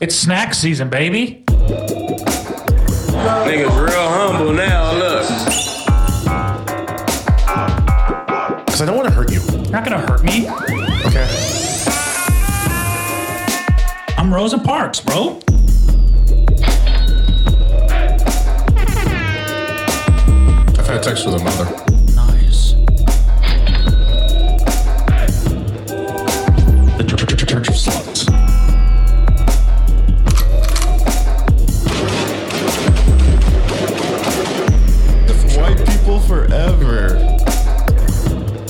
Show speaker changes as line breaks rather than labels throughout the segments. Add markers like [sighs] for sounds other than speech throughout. It's snack season, baby.
Niggas real humble now. Look.
Because I don't want to hurt you.
Not gonna hurt me.
Okay.
I'm Rosa Parks, bro.
I've had sex with a mother.
Nice. The Church, church, church of Sluts.
It's white people forever.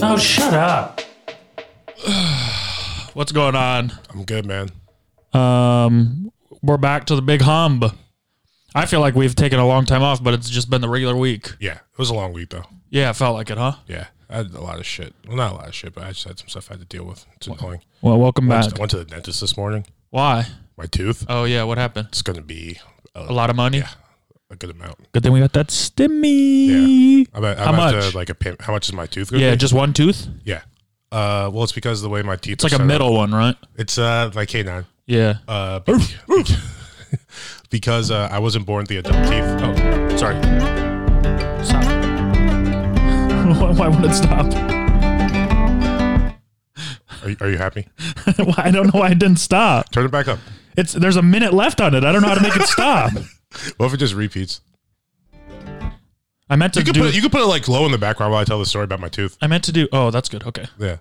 Oh, shut up.
What's going on?
I'm good, man.
Um, we're back to the big hump. I feel like we've taken a long time off, but it's just been the regular week.
Yeah, it was a long week though.
Yeah, it felt like it, huh?
Yeah, I had a lot of shit. Well, not a lot of shit, but I just had some stuff I had to deal with. It's annoying.
Well, welcome
I
back.
just- I went to the dentist this morning.
Why?
My tooth.
Oh yeah, what happened?
It's gonna be
A lot of money.
a good amount.
Good thing we got that stimmy.
I'm at, I'm
How
at
much?
The, like a payment. How much is my tooth?
Yeah,
Gonna be?
just one tooth.
yeah. Uh, well, it's because of the way my teeth.
It's like a middle one, right?
It's uh like K nine.
Yeah.
Uh, be- [laughs] because uh, I wasn't born with the adult teeth. Oh, sorry.
Stop. [laughs] why, why would it stop? [laughs]
Are you, are you happy?
Why- I don't know why it didn't stop.
Turn it back up.
It's there's a minute left on it. I don't know how to make it stop.
What if it just repeats?
I meant to
You could
do.
put it, you could put it like low in the background while I tell the story about my tooth.
I meant to do. Oh, that's good. Okay.
Yeah.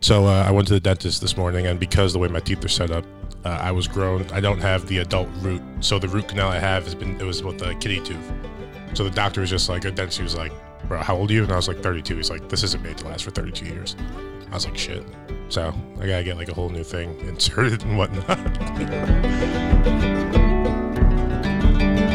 So uh, I went to the dentist this morning, and because the way my teeth are set up, uh, I was grown. I don't have the adult root, so the root canal I have has been it was with the kitty tooth. So the doctor was just like, a dentist he was like, "Bro, how old are you?" And I was like, "32." He's like, "This isn't made to last for 32 years." I was like, "Shit." So I gotta get like a whole new thing [laughs] inserted and whatnot. [laughs]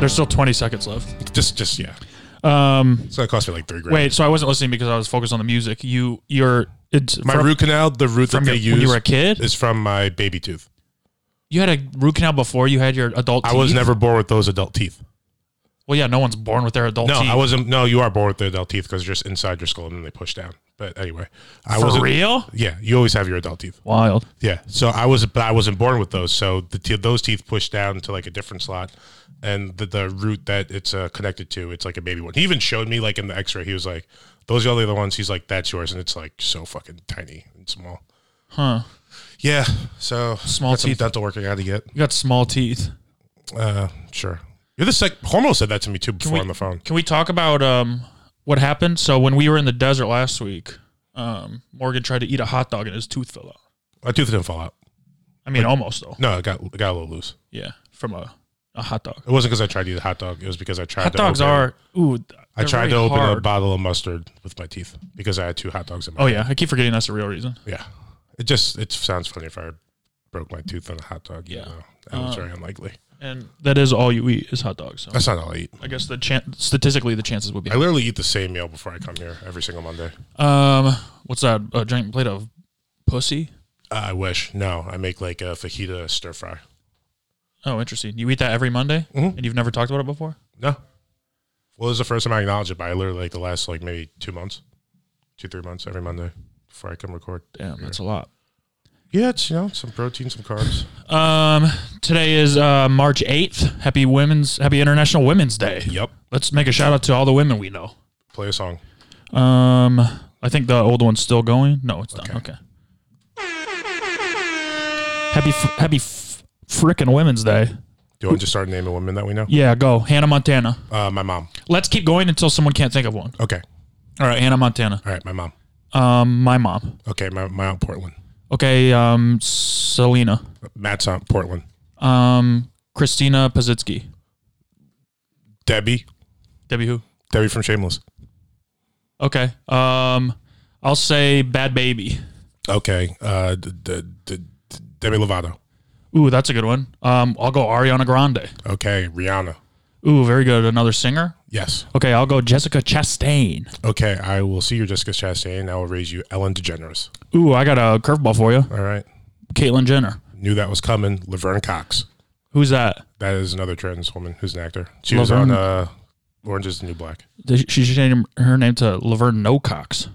There's still 20 seconds left.
just, just yeah.
Um,
It's gonna cost me like three grand.
wait. So I wasn't listening because I was focused on the music. You, you're. It's
my
from-
root canal, the root that
from
they
your, when
use,
you were a kid.
is from my baby tooth.
You had a root canal before you had your adult.
I was
teeth?
never born with those adult teeth.
Well, yeah. No one's born with their adult.
No,
teeth.
I wasn't. No, you are born with the adult teeth because just inside your skull and then they push down. But anyway, I
For
wasn't.
real?
Yeah, you always have your adult teeth.
Wild.
Yeah, so I was, but I wasn't born with those. So the te- those teeth push down to like a different slot, and the, the root that it's uh, connected to, it's like a baby one. He even showed me like in the X-ray. He was like, "Those are all the other ones." He's like, "That's yours," and it's like so fucking tiny and small.
Huh.
Yeah, so
Small
got some
teeth.
dental work I got to get.
You got small teeth.
Uh, sure. You're the sec. Hormel said that to me too before
we-
on the phone.
Can we talk about um what happened? So when we were in the desert last week, um, Morgan tried to eat a hot dog and his tooth fell out.
My tooth didn't fall out.
I mean, almost though.
No, it got it got a little loose.
Yeah, from a, a hot dog.
It wasn't because I tried to eat a hot dog. It was because I tried.
Hot
to
dogs
open,
are ooh. th-
I
they're
tried
very
to open a
hard.
bottle of mustard with my teeth because I had two hot dogs in my.
Oh yeah, I keep forgetting that's the real reason.
yeah. It just it sounds funny if I broke my tooth on a hot dog. you
Yeah.
know. that was very unlikely.
And that is all you eat is hot dogs. So
That's not all I eat.
I guess the chan- statistically the chances would be.
I literally eat the same meal before I come here every single Monday.
Um, what's that? A giant plate of pussy.
I wish. No, I make like a fajita stir fry.
Oh, interesting. You eat that every Monday,
Mhm.
and you've never talked about it before.
No. Well, this is the first time I acknowledge it, but I literally like the last like maybe two months, two three months every Monday before I come record.
Damn, that's a lot.
Yeah, it's you know some protein, some carbs.
Um, today is uh, March eighth. Happy Women's Happy International Women's Day.
yep.
Let's make a shout out to all the women we know.
Play a song.
Um, I think the old one's still going. No, it's
Okay.
done. Okay. Happy f- Happy f- frickin' Women's Day.
Do you want to just start naming women that we know?
Yeah, go Hannah Montana.
Uh, my mom.
Let's keep going until someone can't think of one.
Okay.
All right, Hannah Montana.
All right. My mom.
Um, my mom.
Okay. My, my aunt Portland.
Okay. Um, Selena.
Matt's aunt Portland.
Um, Christina Pazitsky.
Debbie.
Debbie who?
Debbie from Shameless.
Okay. Um, I'll say Bad Baby.
Okay. Uh, d- d- d- d- Debbie Lovato.
Ooh, that's a good one. Um, I'll go Ariana Grande.
Okay. Rihanna.
Ooh, very good. Another singer.
Yes.
Okay, I'll go Jessica Chastain.
Okay. I will see you, Jessica Chastain. I will raise you, Ellen DeGeneres.
Ooh, I got a curveball for you.
All right.
Caitlyn Jenner.
Knew that was coming. Laverne Cox.
Who's that?
That is another trans woman who's an actor. She was
Laverne-
on uh, Orange is the New Black.
They- She changed her name to Laverne No Cox.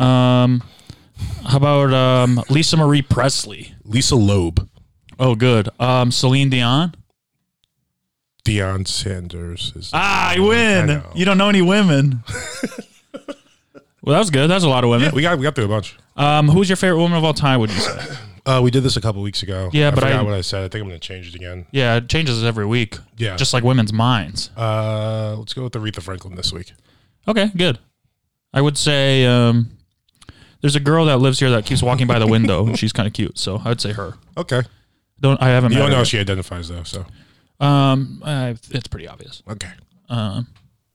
Um, How about um, Lisa Marie Presley?
Lisa Loeb,
Oh, good. Um, Celine Dion.
Deion Sanders is
Ah, I win.
know.
you don't know
[laughs]
any women. well, that was good. That's a lot of women.
we got we got through a bunch.
Um, who's your favorite woman of all time? Would you say?
Uh, we did this a couple weeks ago.
Yeah,
I
but I-
forgot what I said. I think I'm gonna change it again.
yeah, it changes every week.
Yeah.
just like women's minds.
Uh, let's go with Aretha Franklin this week.
Okay, good. I would say um, there's a girl that lives here that keeps walking by the window. and She's kind of cute, so I'd say her.
Okay,
Don't I haven't
you
met
don't
her
know how
yet.
she identifies though. So
Um, uh, it's pretty obvious.
okay,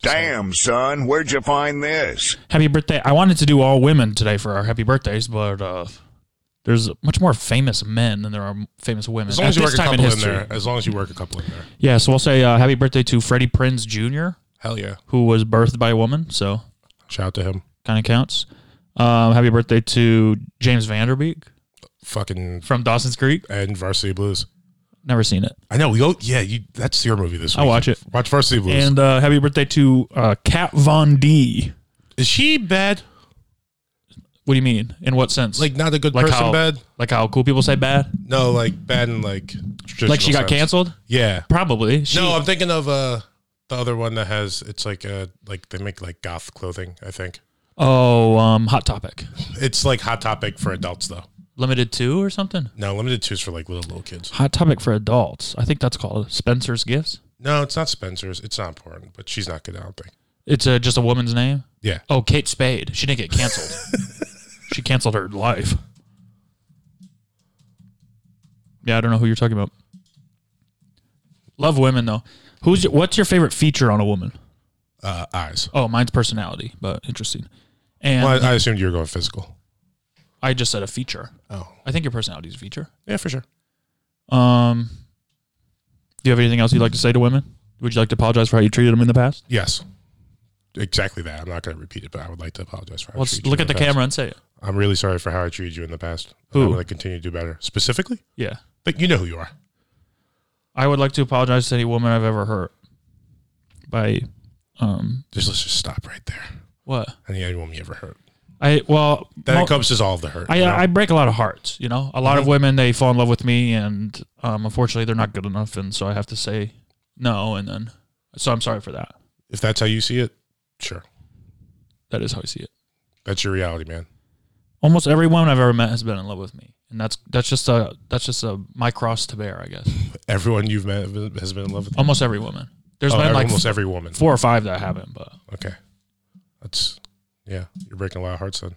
Damn, son, where'd you find this?
Happy birthday! I wanted to do all women today for our happy birthdays, but uh, there's much more famous men than there are famous women
as long
at
as you
this
work a
time in
couple in,
history.
there, as long as you work a couple in there,
Yeah, so we'll say uh, happy birthday to Freddie Prinz Jr.,
hell yeah,
who was birthed by a woman, so
shout out to him.
kind of counts. Um, happy birthday to James Vanderbeek
Fucking
from Dawson's Creek.
and Varsity Blues.
Never seen it.
I know we go. Yeah, you. That's your movie this week.
I'll watch it.
Watch Varsity Blues.
And uh, happy birthday to uh, Kat Von D.
is she bad?
What do you mean? In what sense?
Like not a good
Like
person?
how-
bad?
like how cool people say bad?
No, like bad and like.
Like she
traditional
got
sense.
canceled?
Yeah.
Probably. She,
no, I'm thinking of uh the other one that has it's like uh like they make like goth clothing. I think
Oh, um, Hot Topic.
it's like hot topic for adults though.
Limited two or something?
No, limited two's for like little little kids.
Hot Topic for adults. I think that's called Spencer's Gifts.
No, it's not Spencer's. It's not important, but she's not good. I don't think.
It's uh, just a woman's name.
Yeah.
Oh, Kate Spade. She didn't get canceled.
[laughs]
she canceled her life. Yeah, I don't know who you're talking about. Love women though. Who's your, what's your favorite feature on a woman?
Uh, eyes.
Oh, mine's personality, but interesting. And
Well, I, I assumed you were going physical.
I just said a feature.
Oh,
I think your personality is a feature.
yeah, for sure.
Um, do you have anything else you'd like to say to women? Would you like to apologize for how you treated them in the past?
Yes, exactly that. I'm not going to repeat it, but I would like to apologize for. How I
Let's
treated you
look
in
at the
past.
camera and say it.
I'm really sorry for how I treated you in the past.
Who?
I want to continue to do better. Specifically,
Yeah.
but you know who you are.
I would like to apologize to any woman I've ever hurt by um
Just let's just stop right there.
what
And the only woman you ever hurt.
I well
That
mo-
encompasses all of the hurt.
I, uh,
you Uh-huh. know?
I break a lot of hearts, you know. A lot of women they fall in love with me, and um, unfortunately they're not good enough, and so I have to say no, and then so I'm sorry for that.
if that's how you see it, sure.
That is how I see it.
That's your reality, man.
Almost every woman I've ever met has been in love with me, and that's that's just a that's just a my cross to bear, I guess.
Everyone you've met has been in love with. You.
Almost every woman. There's
Oh,
been
every-
like
almost every woman.
four or five that I haven't, but
Okay, that's yeah. You're breaking a lot of hearts, then.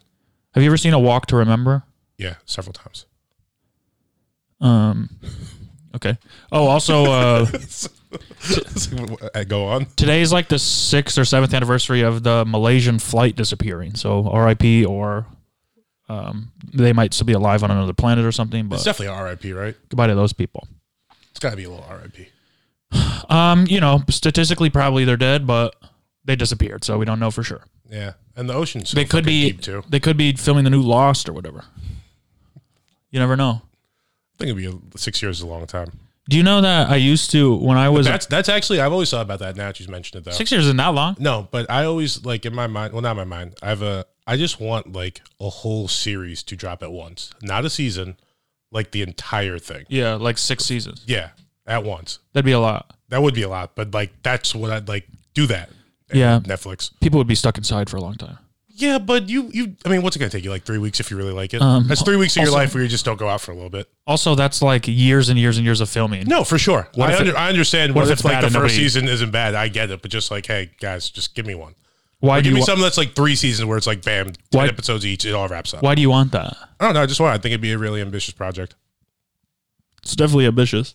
have you ever seen a walk to remember?
Yeah, several times. [laughs]
Um, okay. Oh, also, uh,
Uh, Go on.
today's like the sixth or seventh anniversary of the Malaysian flight disappearing. So RIP, or um, they might still be alive on another planet or something.
It's
But
definitely R.I.P. Right?
goodbye to those people.
It's got to be a little R.I.P.
Um, you know, statistically, probably they're dead, but they disappeared, so we don't know for sure.
Yeah, and the ocean's
They could be.
deep too.
They could be filming the new Lost or whatever. You never know.
I think it'd be a, six years is a long time.
Do you know that I used to when I was
That's that's actually I've always thought about that. Now that you've mentioned it though.
six years is not long.
No, but I always like in my mind. Well, not my mind. I have a. I just want like a whole series to drop at once, not a season, like the entire thing.
Yeah, like six seasons.
Yeah, at once.
That'd be a lot.
That would be a lot, but like that's what I'd like. Do that.
Yeah.
Netflix.
People would be stuck inside for a long time.
Yeah, but you you. I mean, what's it gonna take you? Like three weeks if you really like it.
Um,
that's three weeks of
also-
your life where you just don't go out for a little bit.
Also, that's like years and years and years of filming.
No, for sure.
What
I,
if it-
under, I understand.
what
What,
if
if,
it's
like
bad
the
and
first
nobody-
season isn't bad? I get it, but just like, hey guys, just give me one.
why
Or
do
give
you
me
wa-
something that's like three seasons where it's like, bam, ten
Why-
episodes each. It all wraps up.
Why do you want that?
I don't know. I just want. I think it'd be a really ambitious project,
It's definitely ambitious.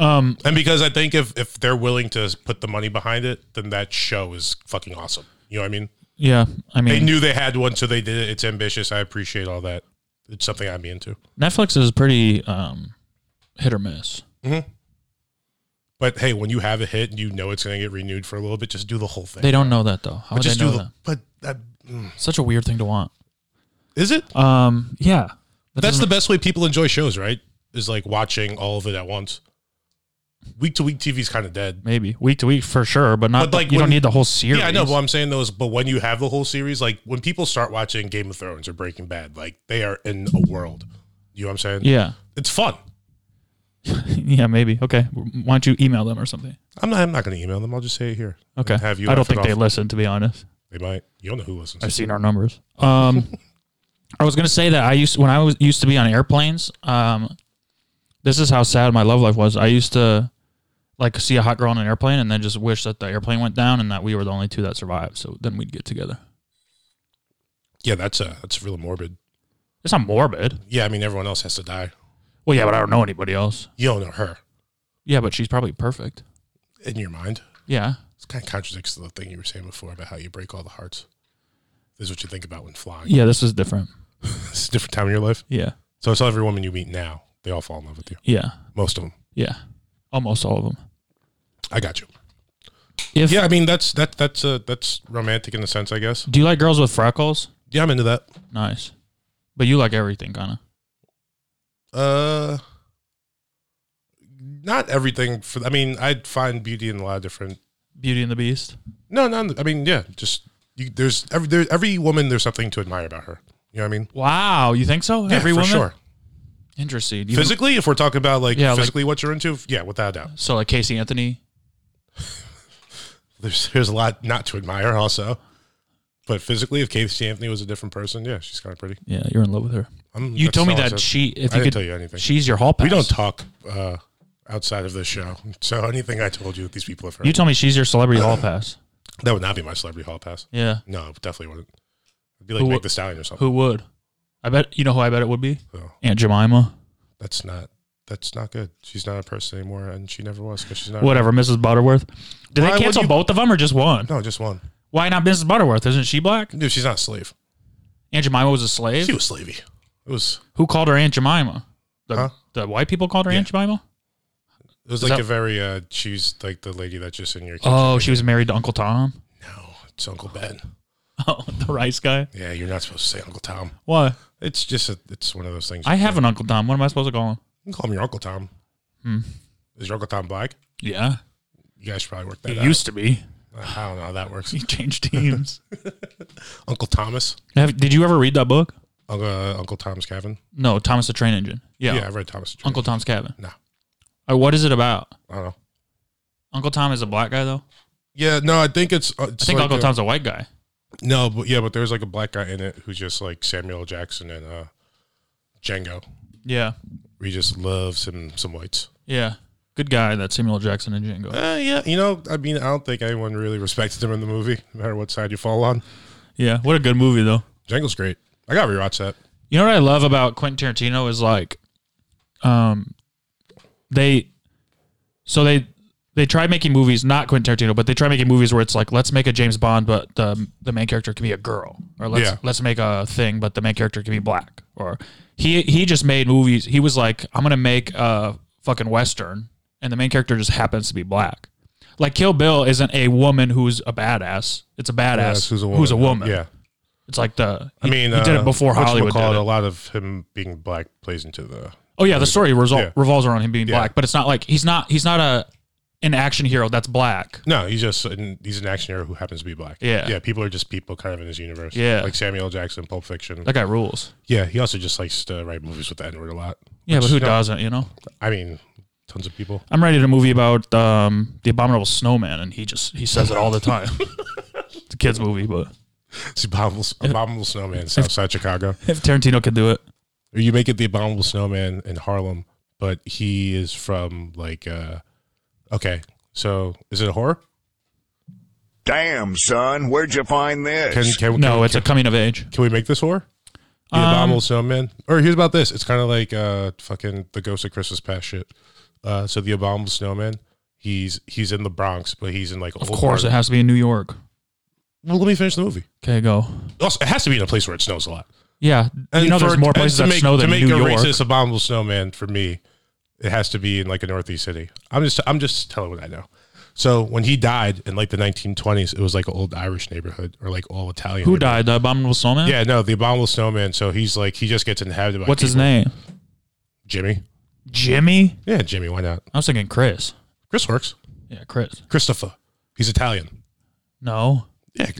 Um,
and because I think if if they're willing to put the money behind it, then that show is fucking awesome. You know what I mean?
yeah, I
They
mean,
knew they had one, so they did it. It's ambitious. I appreciate all that. It's something I'd be into.
Netflix is pretty um, hit or miss.
But hey, when you have a hit and you know it's going to get renewed for a little bit, just do the whole thing.
They don't know that though. How
but
would
just
they know
do the.
that?
But that, mm.
Such a weird thing to want.
is it?
Um, yeah,
That's the
doesn't-
best way people enjoy shows, right? Is like watching all of it at once. week to week TV is kind of dead.
Maybe week to week for sure, but not.
But, like,
you don't
when-
need the whole series.
Yeah, I know. But I'm saying those. But when you have the whole series, like when people start watching Game of Thrones or Breaking Bad, like they are in a world. You know what I'm saying?
yeah, [laughs]
it's fun.
yeah, maybe. Okay, why don't you email them or something?
I'm not. I'm not going to email them. I'll just say it here. and
Okay,
Have you?
I don't
laugh it
think they
off.
listen, to be honest.
They might. You don't know who listens.
I've seen our numbers. [laughs] Um, I was gonna say that I used when I was used to be on airplanes. Um, this is how sad my love life was. I used to like see a hot girl on an airplane and then just wish that the airplane went down and that we were the only two that survived. So then we'd get together.
Yeah, that's uh that's real morbid.
It's not morbid.
Yeah, I mean everyone else has to die.
Well, yeah, but I don't know anybody else.
You don't know her
Yeah, but she's probably perfect.
in your mind.
Yeah.
This kind of contradicts the thing you were saying before about how you break all the hearts. This is what you think about when flying.
Yeah, this is different.
This is a different time in your life.
Yeah.
So it's every woman you meet now. They all fall in love with you.
Yeah.
Most of them.
Yeah. Almost all of them.
I got you.
If
Yeah, I mean that's that that's uh that's romantic in a sense, I guess.
do you like girls with freckles?
Yeah, I'm into that.
Nice. But you like everything, kind of.
Uh, not everything. For I mean, I find beauty in a lot of different.
Beauty and the Beast.
No, no. I mean, yeah, just you, there's every there, every woman. There's something to admire about her. You know what I mean?
Wow, you think so?
Yeah,
Every
for
woman?
sure.
Interesting. You-
Physically, if we're talking about like
Yeah, like-
physically what you're into, yeah, without a doubt.
so like Casey Anthony.
There's there's a lot not to admire also. But physically, if Casey Anthony was a different person, yeah, she's kind of pretty.
Yeah, you're in love with her.
I'm,
You
that's
told me
all I
that
said.
she if
I didn't
you could
tell you anything.
she's your hall pass.
we don't talk uh, outside of this show, so anything I told you, these people have heard.
You told me she's your celebrity hall pass.
that would not be my celebrity hall pass.
Yeah.
No, it definitely wouldn't. It'd be like
Who-
Meg the Stallion or something.
Who would? I bet you know who I bet it would be?
So
Aunt Jemima.
that's not that's not good. She's not a person anymore, and she never was because she's not.
Whatever, Mrs. Butterworth. Did
Why
they
would
cancel
you-
both of them or just one?
No, just one.
Why not Mrs. Butterworth? Isn't she black?
Dude, she's not a slave.
Aunt Jemima was a slave.
She was slavey. It was
Who called her Aunt Jemima? The,
Huh?
the white people called her Aunt Jemima?
it was
Is
like
that-
a very uh she's like the lady that's just in your kitchen.
Oh, she was married to Uncle Tom. [laughs]
No, it's Uncle Ben.
Oh, the rice guy.
Yeah, you're not supposed to say Uncle Tom.
What?
It's just a, it's one of those things.
I have an Uncle Tom. What am I supposed to call him?
you can call him your Uncle Tom.
Hmm.
Is your Uncle Tom black?
Yeah.
You guys should probably work that
It
out.
used
[laughs]
to be.
I don't know how that
[laughs]
works.
You changed teams.
Uncle Thomas,
[laughs] Have, did you ever read that book?
Uncle, uh, Uncle Thomas Cabin.
No, Thomas the Train Engine. Yeah.
Yeah, I read Thomas. the Train.
Uncle Tom's Cabin.
No.
Uh, what is it about?
I don't know.
Uncle Tom is a black guy, though.
Yeah, no, I think it's. uh,
I
it's
think
like
Uncle
a-
Tom's a white guy.
No, but yeah, but there's like a black guy in it who's just like Samuel L. Jackson and uh Django.
Yeah.
He just loves him some whites.
Yeah. Good guy, that Samuel Jackson and Django.
Uh, yeah, you know, I mean, I don't think anyone really respected him in the movie, no matter what side you fall on.
Yeah. What a good movie, though.
Django's great. I gotta rewatch that.
You know what I love about Quentin Tarantino is like, um, they, so they they try making movies not Quentin Tarantino, but they try making movies where it's like let's make a James Bond, but the the main character can be a girl, or let's
Yeah.
let's make a thing, but the main character can be black, or he he just made movies. He was like, I'm gonna make a fucking western, and the main character just happens to be black. Like Kill Bill isn't a woman who's a badass; it's a badass
Yes,
who's a woman.
Yeah,
it's like the
I mean, uh,
he did it before Hollywood. Did
Call
it.
a lot of him being black plays into the.
Oh yeah, the story resol-
Yeah.
revolves around him being
Yeah.
black, but it's not like he's not he's not a an action hero that's black.
No, he's just an, he's an action hero who happens to be black.
Yeah.
yeah. People are just people, kind of in his universe.
Yeah.
like Samuel L. Jackson, Pulp Fiction.
That guy rules.
yeah, he also just likes to write movies with the N word a lot.
Yeah, but
Which,
who
you know,
doesn't? You know,
I mean, tons of people. [laughs]
I'm writing a movie about um, the abominable snowman, and he just he says it all
[laughs]
the time. it's a kids movie, but
It's the abominable, abominable snowman
[laughs]
in Southside Chicago.
if Tarantino could do it,
Or you make it the abominable snowman in Harlem, but he is from like uh okay. So is it a horror?
Damn, son, where'd you find this?
Can can,
no,
can,
it's a coming of age.
can we make this horror?
Um,
The abominable snowman. Or here's about this. It's kind of like uh fucking the Ghost of Christmas Past shit. Uh, so the abominable snowman. He's he's in the Bronx, but he's in like
Of course, it has to be in New York.
Well, let me finish the movie.
Okay, go.
Also, it has to be in a place where it snows a lot.
Yeah, you know,
for-
there's more
and
places
to
that
make,
snow
to
than
make
New
a
York.
racist abominable snowman for me. It has to be in like a northeast city. I'm just I'm just telling what I know. So when he died in like the 1920s, it was like an old Irish neighborhood or like all Italian.
Who
neighborhood.
died? The abominable snowman.
Yeah, no, the abominable snowman. So he's like he just gets inhabited. By
What's his
people.
name?
Jimmy.
Jimmy.
Yeah, Jimmy. Why not?
I was thinking Chris.
Chris works.
Yeah, Chris.
Christopher. He's Italian.
No,
Yeah.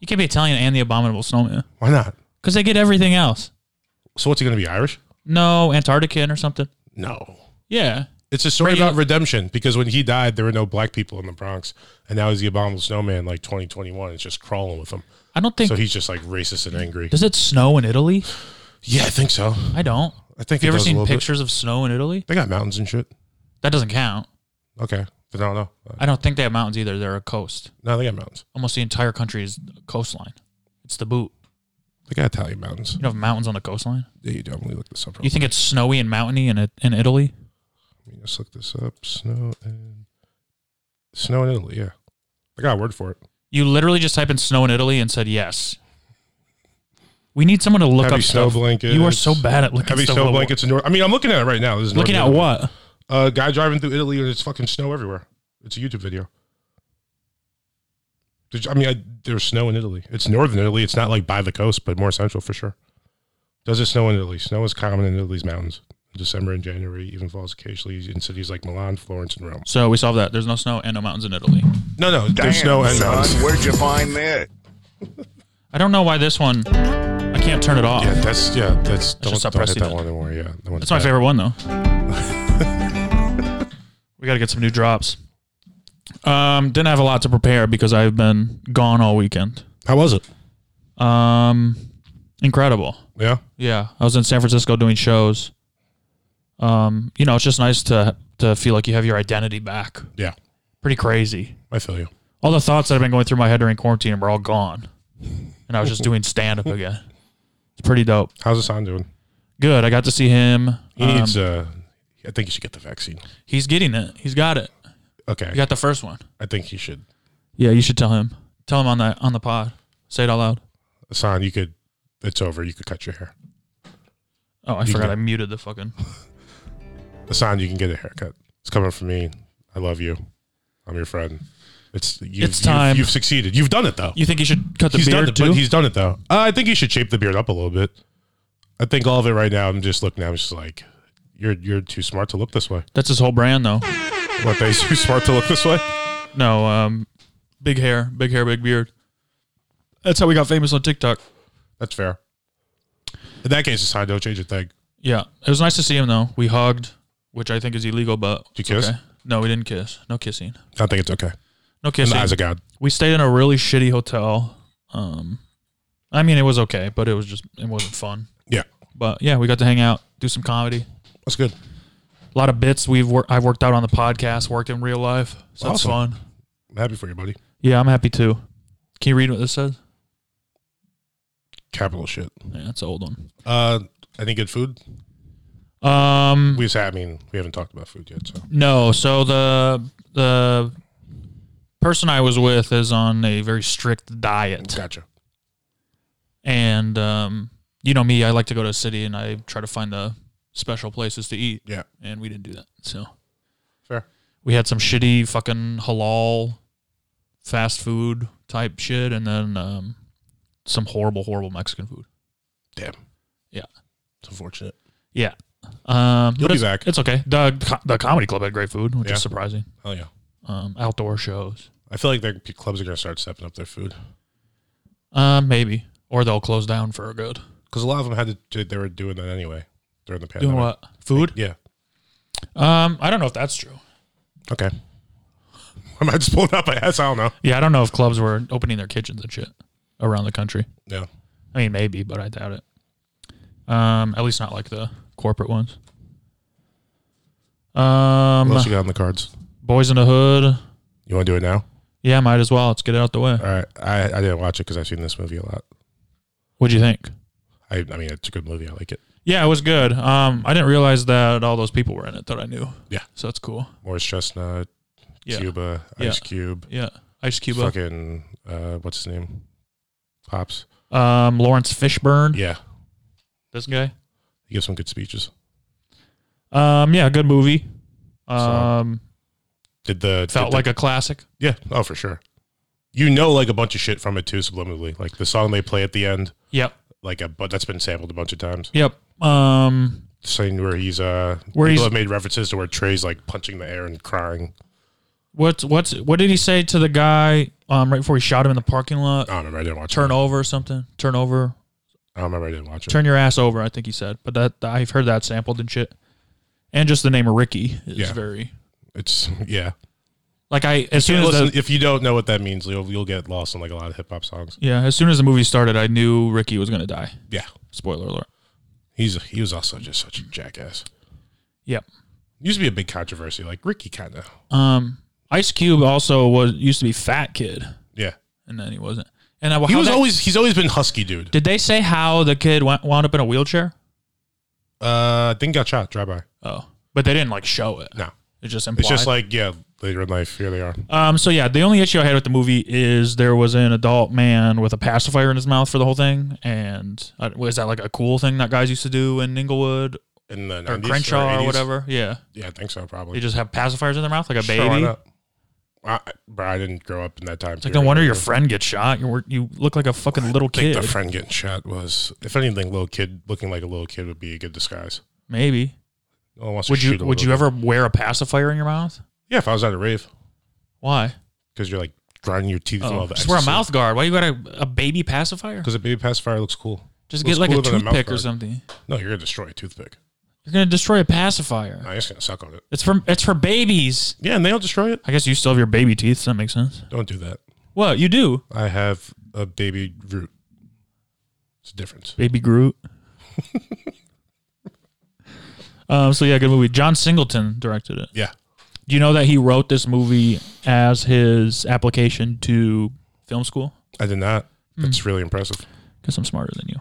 you can't be Italian and the Abominable Snowman
Why not?
because they get everything else.
So what's he going to be Irish?
No, Antarctican or something.
No.
Yeah,
It's a story
Right,
about
yeah.
redemption because when he died, there were no black people in the Bronx, and now he's the abominable snowman. Like 2021, it's just crawling with him.
I don't think.
So he's just like racist and angry.
does it snow in Italy?
Yeah, I think so.
I don't.
I think
Have
it
you ever
does a
seen
little bit.
pictures of snow in Italy?
They got mountains and shit.
That doesn't count.
Okay, but I don't know.
I don't think they have mountains either. They're a coast.
No, they got mountains.
Almost the entire country is coastline. It's the boot.
They got Italian mountains.
You don't have mountains on the coastline.
Yeah, you do. I'm gonna look this up. Real
You think it's snowy and mountainy in it, in Italy?
Let me just look this up. Snow and snow in Italy. Yeah, I got a word for it.
You literally just type in snow in Italy and said yes. We need someone to look
heavy
up
snow
stuff.
blankets.
You are so bad at looking
heavy
stuff
snow
up.
blankets in North. I mean, I'm looking at it right now. This is
Looking at
Northern Italy.
what?
A guy driving through Italy and it's fucking snow everywhere. It's a YouTube video. Did you, I mean, I, there's snow in Italy. It's northern Italy. It's not like by the coast, but more central for sure. Does it snow in Italy? Snow is common in Italy's mountains. In December and January even falls occasionally in cities like Milan, Florence, and Rome.
So we solved that. There's no snow and no mountains in Italy.
No, no,
Damn,
there's snow and uh,
son,
mountains.
where'd you find that?
I don't know why this one. I can't turn it off.
Yeah, that's yeah, that's don't, don't
just suppressing
hit that
it.
one anymore. Yeah, that one's
That's my
bad.
favorite one
[laughs]
though. we got to get some new drops. Um, didn't have a lot to prepare because I've been gone all weekend.
How was it?
Um, incredible.
Yeah,
Yeah, I was in San Francisco doing shows. Um, you know, it's just nice to to feel like you have your identity back.
yeah,
Pretty crazy.
I feel you.
All the thoughts that have been going through my head during quarantine were all gone, and I was just doing
[laughs]
stand up again. It's pretty dope.
How's Hassan doing?
Good. I got to see him.
He
Um,
needs. Uh, I think you should get the vaccine.
he's getting it. He's got it.
Okay,
You got the first one.
I think he should.
Yeah, you should tell him. Tell him on the on the pod. Say it out loud.
Hassan, you could. It's over. You could cut your hair.
Oh, I
You
forgot
can-
I muted the fucking.
Hassan, you can get a haircut. It's coming from me. I love you. I'm your friend. It's you've,
It's time.
You've, you've succeeded. You've done it though.
[laughs] You think he should cut the
he's done
beard
it,
too?
but he's done it though. Uh, I think you should shape the beard up a little bit. I think all of it right now. I'm just looking. at it, I'm just like, you're you're too smart to look this way.
That's his whole brand, though.
What they too smart to look this way?
No, um, big hair, big hair, big beard. That's how we got famous on TikTok.
That's fair. In that case, Hassan, don't change a thing.
Yeah, it was nice to see him though. We hugged, which I think is illegal, but
Did
it's
you kiss?
Okay. No, we didn't kiss. No kissing.
I think it's okay.
No
In the
kissing.
eyes of God.
we stayed in a really shitty hotel. Um, I mean, it was okay, but it was just it wasn't fun.
Yeah,
But yeah, we got to hang out, do some comedy.
that's good.
a lot of bits we've wor- I've worked out on the podcast, worked in real life. So it's
Awesome.
fun.
I'm happy for you, buddy.
Yeah, I'm happy too. Can you read what this says?
Capital shit.
Yeah, it's an old one.
Uh, any good food?
Um,
We just, I mean, we haven't talked about food yet, so
no. So the the person I was with is on a very strict diet,
gotcha.
and um, you know me, I like to go to a city and I try to find the special places to eat,
Yeah,
and we didn't do that. So
fair.
we had some shitty fucking halal fast food type shit, and then um, some horrible, horrible Mexican food.
Damn.
Yeah.
It's unfortunate.
Yeah. Um,
You'll
but
be
it's,
back.
It's okay. The, the comedy club had great food, which
Yeah.
is surprising.
Oh yeah.
Um, outdoor shows,
I feel like their p- clubs are gonna start stepping up their food
uh, maybe, or they'll close down for good.
because a lot of them had to. They were doing that anyway during the pandemic.
Doing what? Food?
Yeah.
Um, I don't know if that's true.
Okay. [laughs] I might just pull it up my ass. I don't know.
Yeah, I don't know if clubs were opening their kitchens and shit around the country.
Yeah.
I mean, maybe, but I doubt it. Um, at least not like the corporate ones. Um,
What else you got on the cards?
Boys in the Hood.
You want to do it now?
Yeah, might as well. Let's get it out the way.
All right. I, I didn't watch it because I've seen this movie a lot.
What'd you think?
I I mean, it's a good movie. I like it.
Yeah, it was good. Um, I didn't realize that all those people were in it that I knew.
Yeah.
so that's cool.
Morris Chestnut,
Yeah,
Cuba,
Yeah.
Ice Cube,
yeah. Ice Cuba.
fucking uh, what's his name? Pops.
Um, Lawrence Fishburne.
Yeah.
This guy.
He gives some good speeches.
Um, yeah, good movie. Um,
Did the
felt
did the-
like a classic.
Yeah. Oh, for sure. You know, like a bunch of shit from it too, subliminally. Like the song they play at the end,
Yep.
like a but that's been sampled a bunch of times.
Yep. Um,
Saying where he's uh,
Where
people
he's-
have made references to where Trey's like punching the air and crying.
What's what's what did he say to the guy um, right before he shot him in the parking lot?
I don't remember. I didn't watch
Turn
it.
over or something. Turn over.
I don't remember. I didn't watch it.
Turn your ass over. I think he said. But that I've heard that sampled and shit. And just the name of Ricky is
Yeah.
very
It's yeah.
like I as soon
Can't
as
listen-
the,
if you don't know what that means, you'll you'll get lost in like a lot of hip hop songs.
yeah as soon as the movie started, I knew Ricky was gonna die.
Yeah,
Spoiler alert.
he's he was also just such a jackass.
Yep.
Used to be a big controversy, like Ricky kind of.
Um, Ice Cube also was used to be Fat Kid,
Yeah,
and then he wasn't. And I,
he was always he's always been husky dude.
Did they say how the kid went, wound up in a wheelchair?
Uh, then got shot drive by.
Oh, but they didn't like show it.
No,
It just implied.
it's just like yeah, later in life here they are.
Um, so yeah, the only issue I had with the movie is there was an adult man with a pacifier in his mouth for the whole thing, and uh, was that like a cool thing that guys used to do in Inglewood
In the
or
90s
Crenshaw or
80s.
whatever? Yeah,
Yeah, I think so. Probably
they just have pacifiers in their mouth like a
Showing
baby.
up. I, bro, I didn't grow up in that time.
It's like no wonder your friend gets shot. You were- you look like a fucking little
I think
kid.
the friend getting shot was, if anything, little kid looking like a little kid would be a good disguise.
Maybe
No one wants to
would
shoot
you
a
would
little
you
kid.
ever wear a pacifier in your mouth?
Yeah, if I was at a rave,
Why?
because you're like grinding your teeth and all
Oh,
that.
just wear a mouth guard. Why you got a, a baby pacifier?
Because a baby pacifier looks cool.
Just
looks
get like a
cooler than a mouth
toothpick or
guard.
something.
No, you're gonna destroy a toothpick.
You're gonna destroy a pacifier.
No, you're just gonna suck on it.
It's for it's for babies.
Yeah, and they'll destroy it.
I guess you still have your baby teeth. So that makes sense.
Don't do that.
What you do,
I have a baby root. It's a difference.
baby Groot? [laughs] um. So yeah, good movie. John Singleton directed it.
Yeah,
Do you know that he wrote this movie as his application to film school?
I did not.
Hmm.
That's really impressive.
Because I'm smarter than you.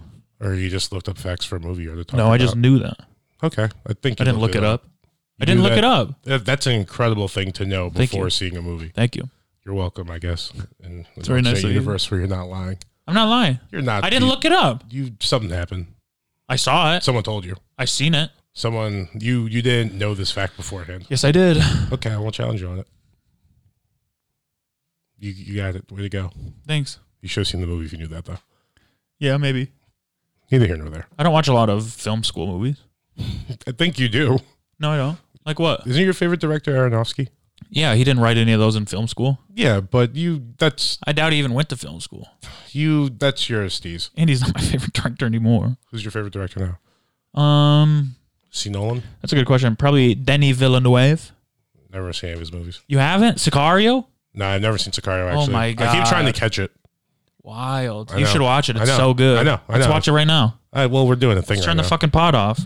Or you just looked up facts for a movie or the
No, I just knew that.
okay. I think
I
you
didn't
looked
look it up. I
You
didn't
knew
look
that?
it up.
That- That's an incredible thing to know
Thank
before
you.
seeing a movie.
Thank you.
You're welcome, I guess. And it's
very nice of you.
universe where you're not lying.
I'm not lying.
You're not.
I didn't
you-
look it up.
You something happened.
I saw it.
Someone told you.
I seen it.
Someone you you didn't know this fact beforehand.
Yes, I did. [laughs]
Okay, I won't challenge you on it. You you got it. Way to go.
Thanks.
You should have seen the movie if you knew that though.
Yeah, maybe.
Neither here nor there.
I don't watch a lot of film school movies.
I think you do.
No, I don't. Like what?
Isn't your favorite director Aronofsky?
Yeah, he didn't write any of those in film school.
Yeah, but you that's
I doubt he even went to film school.
you that's yours, Steez.
And he's [laughs] not my favorite director anymore.
Who's your favorite director now?
Um,
See Nolan?
that's a good question. Probably Denny Villeneuve.
Never seen any of his movies.
You haven't? Sicario?
No, I've never seen Sicario.
Oh
Actually,
my
I keep trying to
God.
catch it.
Wild.
I
You
know.
should watch it.
I
It's
know.
so good.
I know. I
Let's
know.
watch it right now.
All right, well, we're doing a thing.
Let's
right
turn the
now.
fucking pod off.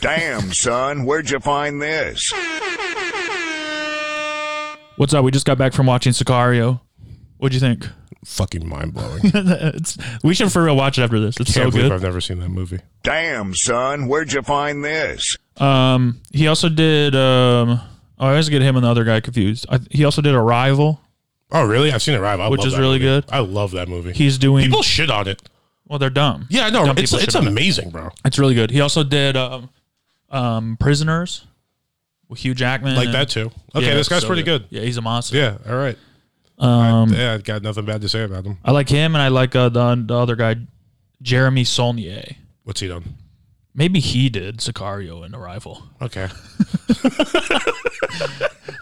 Damn, son, where'd you find this?
What's up? We just got back from watching Sicario. What'd you think?
fucking mind blowing. Can't
[laughs] It's- we should for real watch it after this. It's so
believe
good.
I've never seen that movie.
Damn, son, where'd you find this?
Um, he also did. Um, oh, I always get him and the other guy confused. I, he also did Arrival.
Oh, really? I've seen it live. I
Which
love
is
that
really
movie.
good.
I love that movie.
He's doing.
people shit on it.
well, they're dumb.
Yeah, I know.
Dumb
It's
people
it's
shit on it.
amazing, bro.
It's really good. He also did um, um, Prisoners with Hugh Jackman.
Like
and-
that too. Okay,
Yeah,
this guy's
so
pretty good.
Yeah, he's a monster.
Yeah. All right.
Um,
yeah, I got nothing bad to say about him.
I like him, and I like uh, the, the other guy, Jeremy Saulnier.
What's he done?
Maybe he did Sicario and Arrival.
Okay.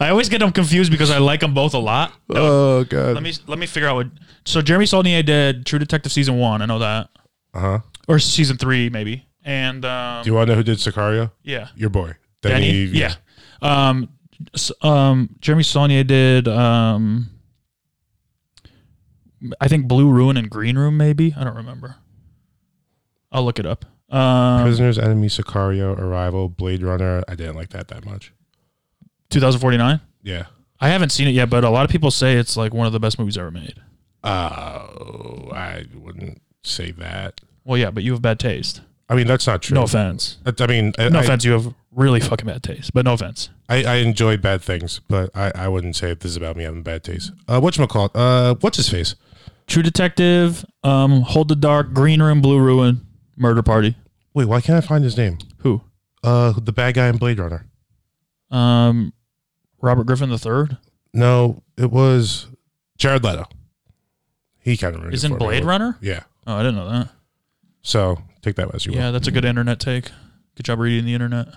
I always get them confused because I like them both a lot.
Oh god.
Let me let me figure out what. So Jeremy Saulnier did True Detective season one. I know that.
Uh huh.
or season three maybe. And um,
Do you want to know who did Sicario?
yeah,
Your boy.
Danny. Yeah. Um, s- um, Jeremy Saulnier did. Um, I think Blue Ruin and Green Room. Maybe I don't remember. I'll look it up. Um,
Prisoners, Enemy, Sicario, Arrival, Blade Runner. I didn't like that that much.
2049.
Yeah.
I haven't seen it yet, but a lot of people say it's like one of the best movies ever made.
Oh, I wouldn't say that.
Well, yeah, but you have bad taste.
I mean, that's not true.
No offense.
That- I mean, I,
No
I-
offense. You have really fucking bad taste, but no offense.
I, I enjoy bad things, but I, I wouldn't say this is about me having bad taste. Uh, whatchamacallit? Uh, what's his face?
True Detective, um, Hold the Dark, Green Room, Blue Ruin, Murder Party.
Wait, why can't I find his name?
Who?
Uh, the bad guy in Blade Runner.
Um, Robert Griffin the third
No, it was Jared Leto. He kind of ruined it
is in
for me.
Blade Runner.
Yeah.
Oh, I didn't know that.
So take that as you will.
Yeah, that's a good internet take. Good job reading the internet.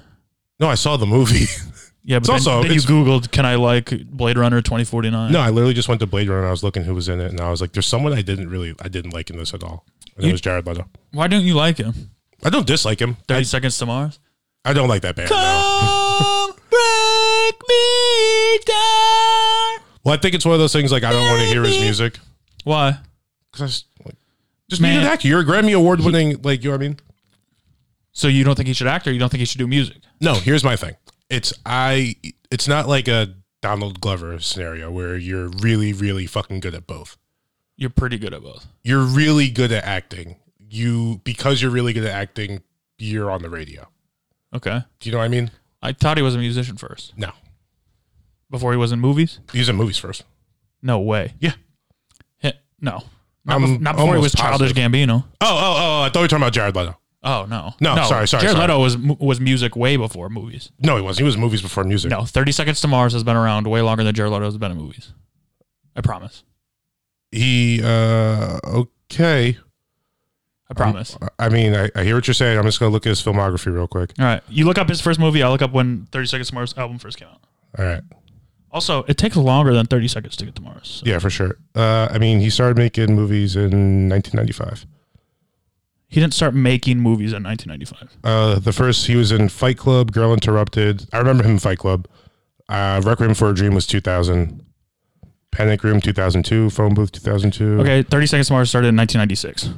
No, I saw the movie. [laughs]
Yeah, but
It's
then,
also-
then you
it's-
Googled, can I like Blade Runner 2049?
No, I literally just went to Blade Runner. and I was looking who was in it, and I was like, "There's someone I didn't really, I didn't like in this at all." And it
You-
was Jared Leto.
Why don't you like him?
I don't dislike him.
30
I,
Seconds to Mars?
I don't like that band. No.
Come [laughs] break me down.
Well, I think it's one of those things like I don't want to hear his music
Why?
because like, just
Man.
be an actor. You're a Grammy award winning, like you know what I mean.
So you don't think he should act or you don't think he should do music?
No, here's my thing. It's I. It's not like a Donald Glover scenario where you're really, really fucking good at both.
You're pretty good at both.
You're really good at acting. You because you're really good at acting, you're on the radio.
Okay.
Do you know what I mean?
I thought he was a musician first
No,
before he was in movies.
he's in movies first.
No way.
Yeah.
Heh, no. Not,
I'm
bef- not before he was
almost
Childish Gambino.
Oh, oh, oh! I thought you were talking about Jared Leto.
Oh no.
No, sorry, sorry,
Jared
sorry.
Leto was mu- was music way before movies.
No, he wasn't. He was in movies before music.
No, Thirty Seconds to Mars has been around way longer than Jared Leto has been in movies. I promise.
He uh okay.
I promise.
I mean, I, I hear what you're saying. I'm just gonna look at his filmography real quick.
All right, you look up his first movie. I'll look up when Thirty Seconds to Mars album first came out.
All right.
Also, it takes longer than Thirty Seconds to get to Mars. so-
Yeah, for sure. Uh I mean he started making movies in nineteen ninety five.
He didn't start making movies in 1995.
Uh the first he was in Fight Club, Girl Interrupted. I remember him in Fight Club. Uh Requiem for a Dream was two thousand. Panic Room two thousand two, phone booth two thousand two.
Okay, Thirty Seconds to Mars started in 1996.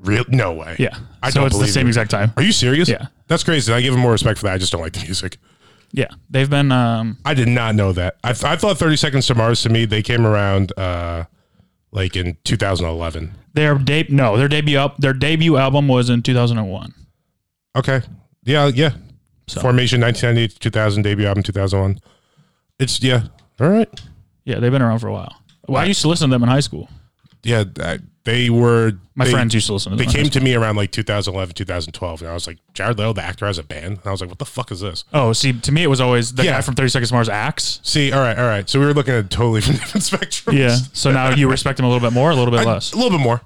Real no way.
Yeah,
I
so
don't
it's the
believe
same
you.
exact time.
Are you serious?
Yeah.
That's crazy. I give him more respect for that. I just don't like the music.
Yeah, they've been um,
I did not know that. I, I thought 30 Seconds to Mars to me, they came around uh, like in 2011.
Their de- no, their debut up their debut album was in 2001.
Okay. Yeah. Yeah.
So.
Formation 1990 to 2000, debut album 2001. It's, yeah. All right.
Yeah, they've been around for a while. Well, I used to listen to them in high school.
Yeah. I, they were.
My
they,
friends used to listen to
They
them. in high
came
school.
to me around like 2011, 2012. And I was like, Jared Leto, the actor, has a band. And I was like, what the fuck is this?
oh, see, to me it was always the
Yeah.
guy from 30 Seconds to Mars Axe.
See, all right. All right. So we were looking at totally [laughs] from different spectrums.
Yeah. So now you respect him a little bit more, a little bit less.
A little bit more.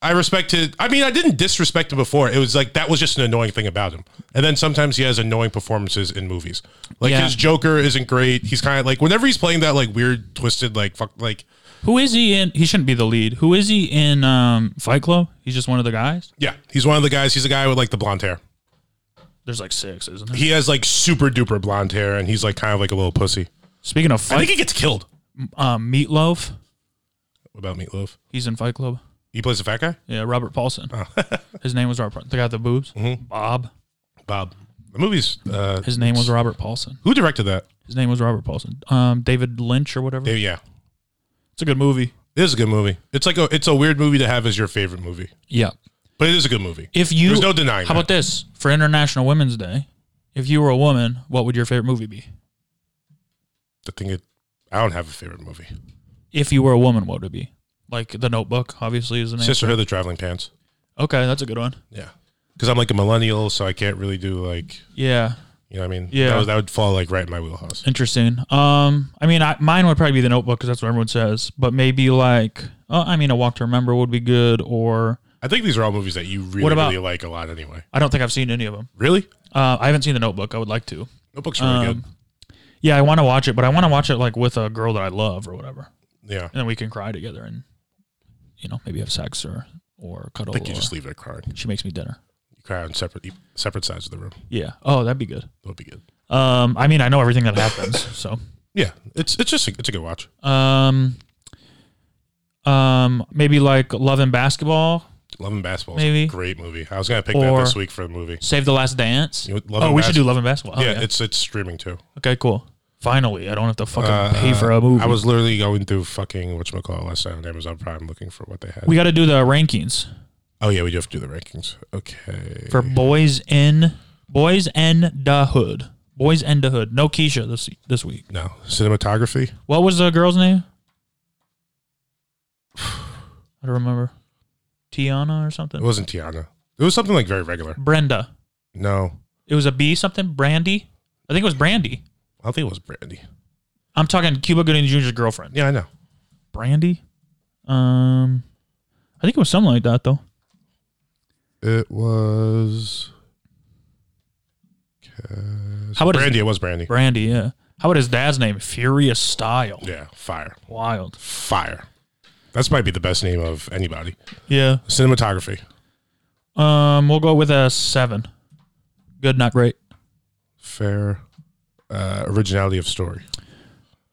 I respected. I mean, I didn't disrespect him before. It was like that was just an annoying thing about him. And then sometimes he has annoying performances in movies. Like
Yeah.
his Joker isn't great. He's kind of like whenever he's playing that like weird, twisted, like fuck, like
Who is he in? He shouldn't be the lead. Who is he in um, Fight Club? He's just one of the guys.
yeah. He's one of the guys. He's a guy with like the blonde hair.
There's like six, isn't there?
He has like super duper blonde hair, and he's like kind of like a little pussy.
Speaking of
I think
Fight,
he gets killed.
um, Meatloaf,
What about Meatloaf?
he's in Fight Club.
He plays a fat guy.
Yeah, Robert Paulson.
Oh.
[laughs] His name was Robert. Paul- The guy with the boobs,
Mm-hmm.
Bob.
Bob. The movie's. Uh,
His name was Robert Paulson.
who directed that?
His name was Robert Paulson. Um, David Lynch or whatever.
Yeah, yeah.
It's a good movie.
It is a good movie. It's like a. It's a weird movie to have as your favorite movie,
Yeah.
but it is a good movie.
If you
There's no denying
How
that.
about this for International Women's Day? If you were a woman, what would your favorite movie be?
the thing is, I don't have a favorite movie.
If you were a woman, what would it be? Like The Notebook, obviously, is an answer.
Sisterhood of the Traveling Pants.
Okay, that's a good one.
Yeah. Because I'm like a millennial, so I can't really do like,
Yeah,
you know what I mean?
Yeah.
That, was, that would fall like right in my wheelhouse.
interesting. Um, I mean, I, mine would probably be The Notebook because that's what everyone says. But maybe like, oh, I mean, A Walk to Remember would be good. Or
I think these are all movies that you really,
What about-
really like a lot anyway.
I don't think I've seen any of them.
Really?
Uh, I haven't seen The Notebook. I would like to.
Notebook's really
Um, Yeah, I want to watch it, but I want to watch it like with a girl that I love or whatever,
good. Yeah.
and then we can cry together and, you know, maybe have sex or or cuddle.
I think you
or-
just leave it at crying.
She makes me dinner.
You cry on separate separate sides of the room.
Yeah. Oh, that'd be good.
That would be good.
Um, I mean, I know everything that happens. [laughs] so,
Yeah. It's it's just a, it's a good watch.
um, um, maybe like Love and Basketball,
Love and Basketball.
Maybe.
Is a great movie. I was gonna pick
Or-
that this week for the movie.
Save the Last Dance.
You know, Love
oh,
and
we
Bas-
should do Love and Basketball. Oh,
yeah,
yeah.
it's it's streaming too.
okay. Cool. Finally, I don't have to fucking
Uh,
pay for a movie.
I was literally going through fucking whatchamacallit last night on Amazon Prime looking for what they had.
we got to do the rankings
Oh yeah, we do have to do the rankings. Okay.
for boys in boys and the hood. Boys and the hood. No Keisha this this week.
no cinematography.
What was the girl's name? [sighs] I don't remember. Tiana or
It
something.
wasn't Tiana. It was something like very regular.
Brenda.
No,
It was a B something. Brandy. I think it was Brandy.
I don't think it was Brandy.
I'm talking Cuba Gooding Jr.'s girlfriend.
Yeah, I know.
Brandy. Um, I think it was something like that though.
It was
How about
Brandy. It was Brandy.
Brandy? Yeah. How about his dad's name? Furious Style.
Yeah, fire,
Wild.
fire. That's might be the best name of anybody.
Yeah.
Cinematography,
Um, we'll go with a seven. Good, not great.
fair. Uh, originality of story.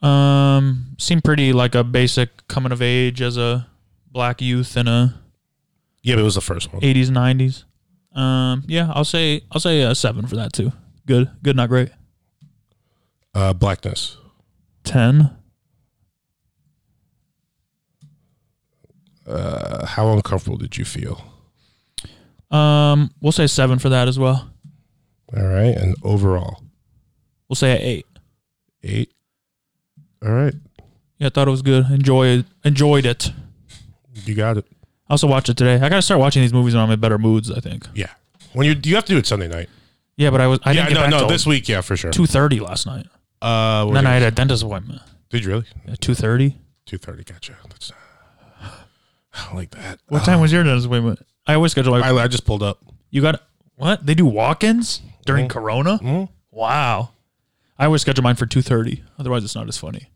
Um, seemed pretty like a basic coming of age as a black youth in a
Yeah, but it was the first one.
eighties, nineties. Um, yeah, I'll say I'll say a seven for that too. Good, good, not great.
Uh, blackness.
Ten.
Uh, how uncomfortable did you feel?
Um, we'll say seven for that as well.
All right, and overall
We'll say a eight.
eight. All right,
Yeah, I thought it was good. Enjoyed enjoyed it.
you got it.
I also watched it today. I gotta start watching these movies when I'm in better moods. I think.
Yeah. When you you have to do it Sunday night.
Yeah, but I was I
yeah,
didn't get
no,
back
no,
till
this week, yeah, for sure.
two thirty last night.
uh,
And then I had a dentist appointment
did you really?
at two thirty.
Two thirty. Gotcha. That's, I don't like that.
What time was your dentist appointment? [sighs] I always schedule my.
I, I just pulled up.
you got what? They do walk-ins during Corona. Wow. I always schedule mine for two thirty. Otherwise, it's not as funny.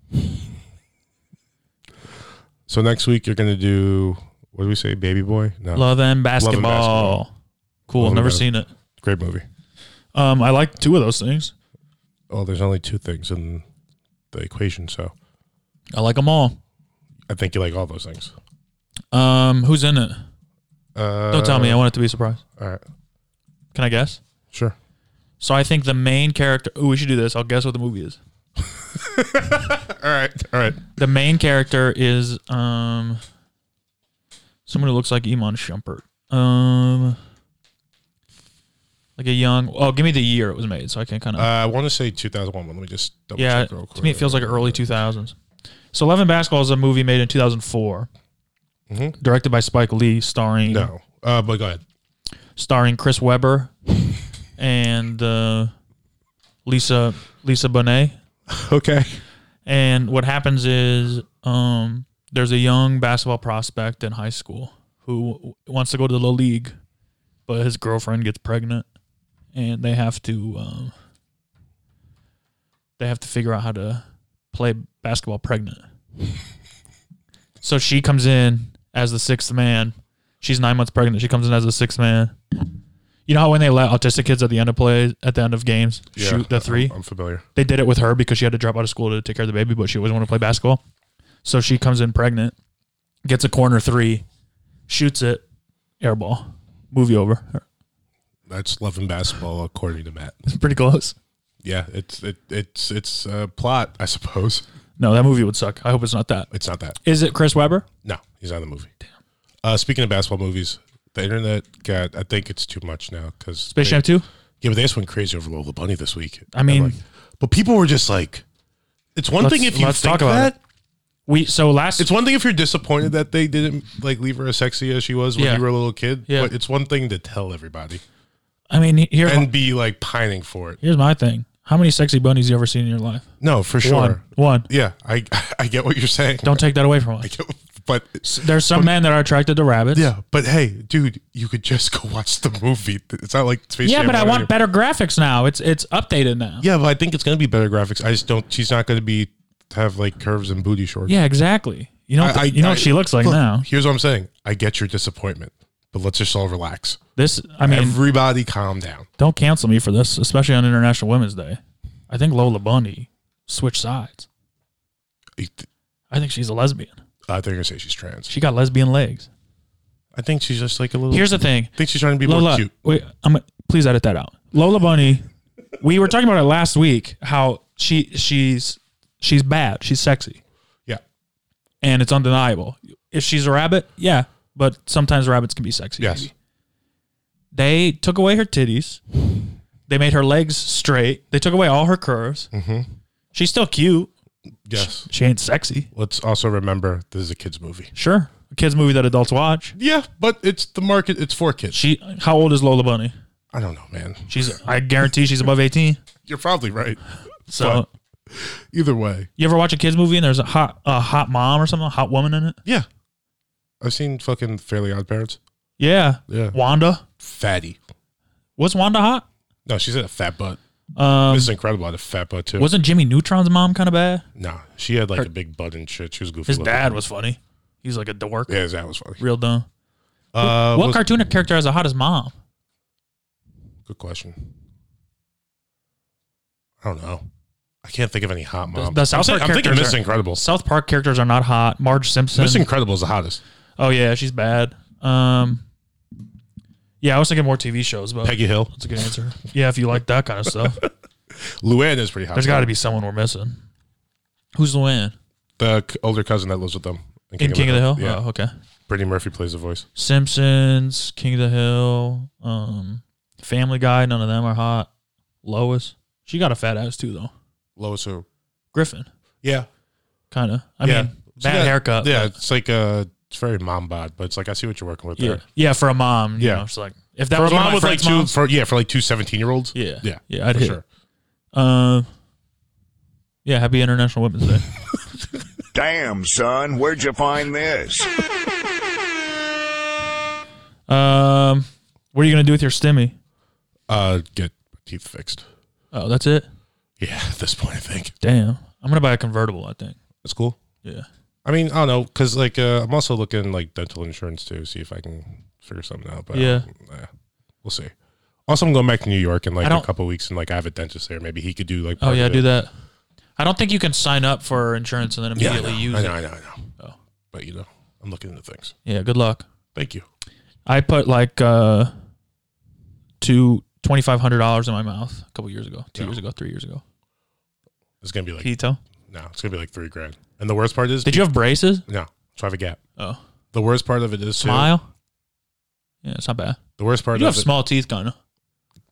So next week you're gonna do what do we say, Baby Boy? No,
Love and basketball.
basketball.
Cool.
Love and
never
bas-
seen it.
great movie.
Um, I like two of those things.
Oh, there's only two things in the equation, so
I like them all.
I think you like all those things.
Um, who's in it?
Uh,
Don't tell me. I want it to be a surprise.
All right,
Can I guess?
sure.
So I think the main character. Ooh, we should do this. I'll guess what the movie is.
All right, all right.
The main character is um someone who looks like Iman Shumpert. Um, like a young. Oh, give me the year it was made, so I can kind of.
Uh, I want to say 2001. Let me just double
yeah,
check real quick.
to me it feels like early two thousands. So Love and Basketball is a movie made in two directed by Spike Lee, starring
Mm-hmm. no. Uh, but go ahead.
starring Chris
[laughs]
Webber and uh, Lisa Lisa Bonet.
Okay.
And what happens is um, there's a young basketball prospect in high school who w- wants to go to the little league, but his girlfriend gets pregnant, and they have to um, they have to figure out how to play basketball pregnant. so she comes in as the sixth man. She's nine months pregnant. She comes in as the sixth man. You know how when they let autistic kids at the end of plays, at the end of games,
Yeah,
shoot the
I'm-
3
I'm familiar.
they did it with her because she had to drop out of school to take care of the baby, but she always wanted to play basketball. So she comes in pregnant, gets a corner three, shoots it, air ball, movie over. [laughs]
That's Love and Basketball, according to Matt.
It's pretty close.
Yeah, it's it, it's it's a plot, I suppose.
No, that movie would suck. I hope it's not that.
It's not that.
Is it Chris Webber?
No, he's not in the movie. Uh, speaking of basketball movies, the internet got. I think it's too much now because
Space Jam 2?
Yeah, but they just went crazy over Lola Bunny this week.
I mean-
I'm like- but people were just like, it's one
Let's-
thing if you
let's
think
talk about
that.
We so last
It's one thing if you're disappointed that they didn't like leave her as sexy as she was when
Yeah.
you were a little kid.
Yeah.
But it's one thing to tell everybody
I mean here
and be like pining for it.
here's my thing. How many sexy bunnies you ever seen in your life?
No, for sure.
One. One.
Yeah, I [laughs] I get what you're saying. [laughs]
Don't take that away from us.
but
There's some men that are attracted to rabbits.
yeah, but hey, dude, you could just go watch the movie. It's not like Space
Yeah,
Jam
but I
one
want
anymore.
better graphics now. It's it's updated now.
Yeah, but I think it's gonna be better graphics. I just don't. She's not gonna be have like curves and booty shorts.
Yeah, exactly. You know,
I, I-
you know
I-
what she looks like
look,
now.
Here's what I'm saying. I get your disappointment, but let's just all relax.
This, I mean,
Everybody, calm down.
don't cancel me for this, especially on International Women's Day. I think Lola Bunny switched sides.
I
I think she's a lesbian.
think you're gonna say she's trans.
She got lesbian legs.
I think she's just like a little.
Here's the thing,
I think she's trying to be more
Lola.
cute.
Wait, I'm gonna- please edit that out. Lola Bunny. we were talking about it last week. How she she's she's bad. She's sexy,
Yeah,
and it's undeniable. If she's a rabbit, yeah, but sometimes rabbits can be sexy.
Yes.
maybe. They took away her titties. They made her legs straight. They took away all her curves.
Mm-hmm.
She's still cute.
yes.
She ain't sexy.
Let's also remember this is a kids movie.
Sure. A kids movie that adults watch.
Yeah, but it's the market. It's for kids.
She how old is Lola Bunny?
I don't know, man.
She's I guarantee she's above 18.
You're probably right.
So
What? Either way,
you ever watch a kids movie and there's a hot a hot mom or something, a hot woman in it?
yeah. I've seen fucking Fairly Odd Parents.
Yeah.
Yeah.
Wanda.
Fatty.
Was Wanda hot?
No, she's in a fat butt.
Um,
This is incredible. I had a fat butt too.
wasn't Jimmy Neutron's mom kind of bad?
nah, she had like a big butt and shit. She was goofy.
His
looking.
dad was funny. He's like a dork,
Yeah, his dad was funny.
real dumb.
Uh,
what
was-
cartoon character has a hottest mom?
Good question. I don't know. I can't think of any hot
The-
mom.
the South
I'm,
Park
think- I'm thinking
characters
Miss
are-
Incredible.
South Park characters are not hot. Marge Simpson.
Miss Incredible is the hottest.
Oh yeah, she's bad. Um, yeah, I was thinking more TV shows, but
Peggy Hill.
that's a good answer. Yeah, if you like that kind of
[laughs]
stuff,
Luann is pretty hot.
there's got to be someone we're missing. Who's Luann
the c- older cousin that lives with them
in King of the Hill?
Yeah,
Oh, okay.
Brittany Murphy plays the voice.
Simpsons, King of the Hill, um, Family Guy. None of them are hot. Lois, she got a fat ass too, though.
Lois who?
Griffin,
Yeah,
kind of. I
yeah.
mean,
She
bad
got-
haircut.
Yeah,
but-
it's like uh, it's very mom bod, but it's like I see what you're working with
yeah,
there.
yeah. For a mom, yeah.
Yeah.
Know, it's like if that
For a
was one of
mom
my
with like
friend's
two,
moms,
for yeah, for like two 17 year olds.
yeah,
yeah,
yeah, I'd
for
hit.
sure.
Um, yeah, happy International
[laughs]
Women's Day.
Damn, son, where'd you find this?
um, what are you gonna do with your stimmy?
Uh, get teeth fixed.
Oh, that's it.
Yeah, [laughs] at this point, I think
Damn, I'm gonna buy a convertible. I think.
that's cool.
Yeah. Oh,
I mean, I don't know, cause like uh, I'm also looking like dental insurance too, see if I can figure something out. But
Yeah.
uh, we'll see. Also, I'm going back to New York in
I
like a
don't-
couple weeks, and like I have a dentist there. Maybe he could do like.
Oh
part
yeah,
of
do
it.
that. I don't think you can sign up for insurance and then
Yeah,
immediately
I know,
use
I know,
it.
I know, I know.
Oh.
But you know, I'm looking into things.
Yeah. Good luck.
Thank you.
I put like uh two twenty five hundred dollars in my mouth a couple years ago, two
Yeah.
years ago, three years ago.
It's gonna be like
Can you tell?
no, it's gonna be like three grand. And the worst part is
Did you have braces?
no, so I have a gap.
Oh,
The worst part of it is too-
smile. Yeah, it's not bad.
The worst part
You
of
have
it-
small teeth, kind of.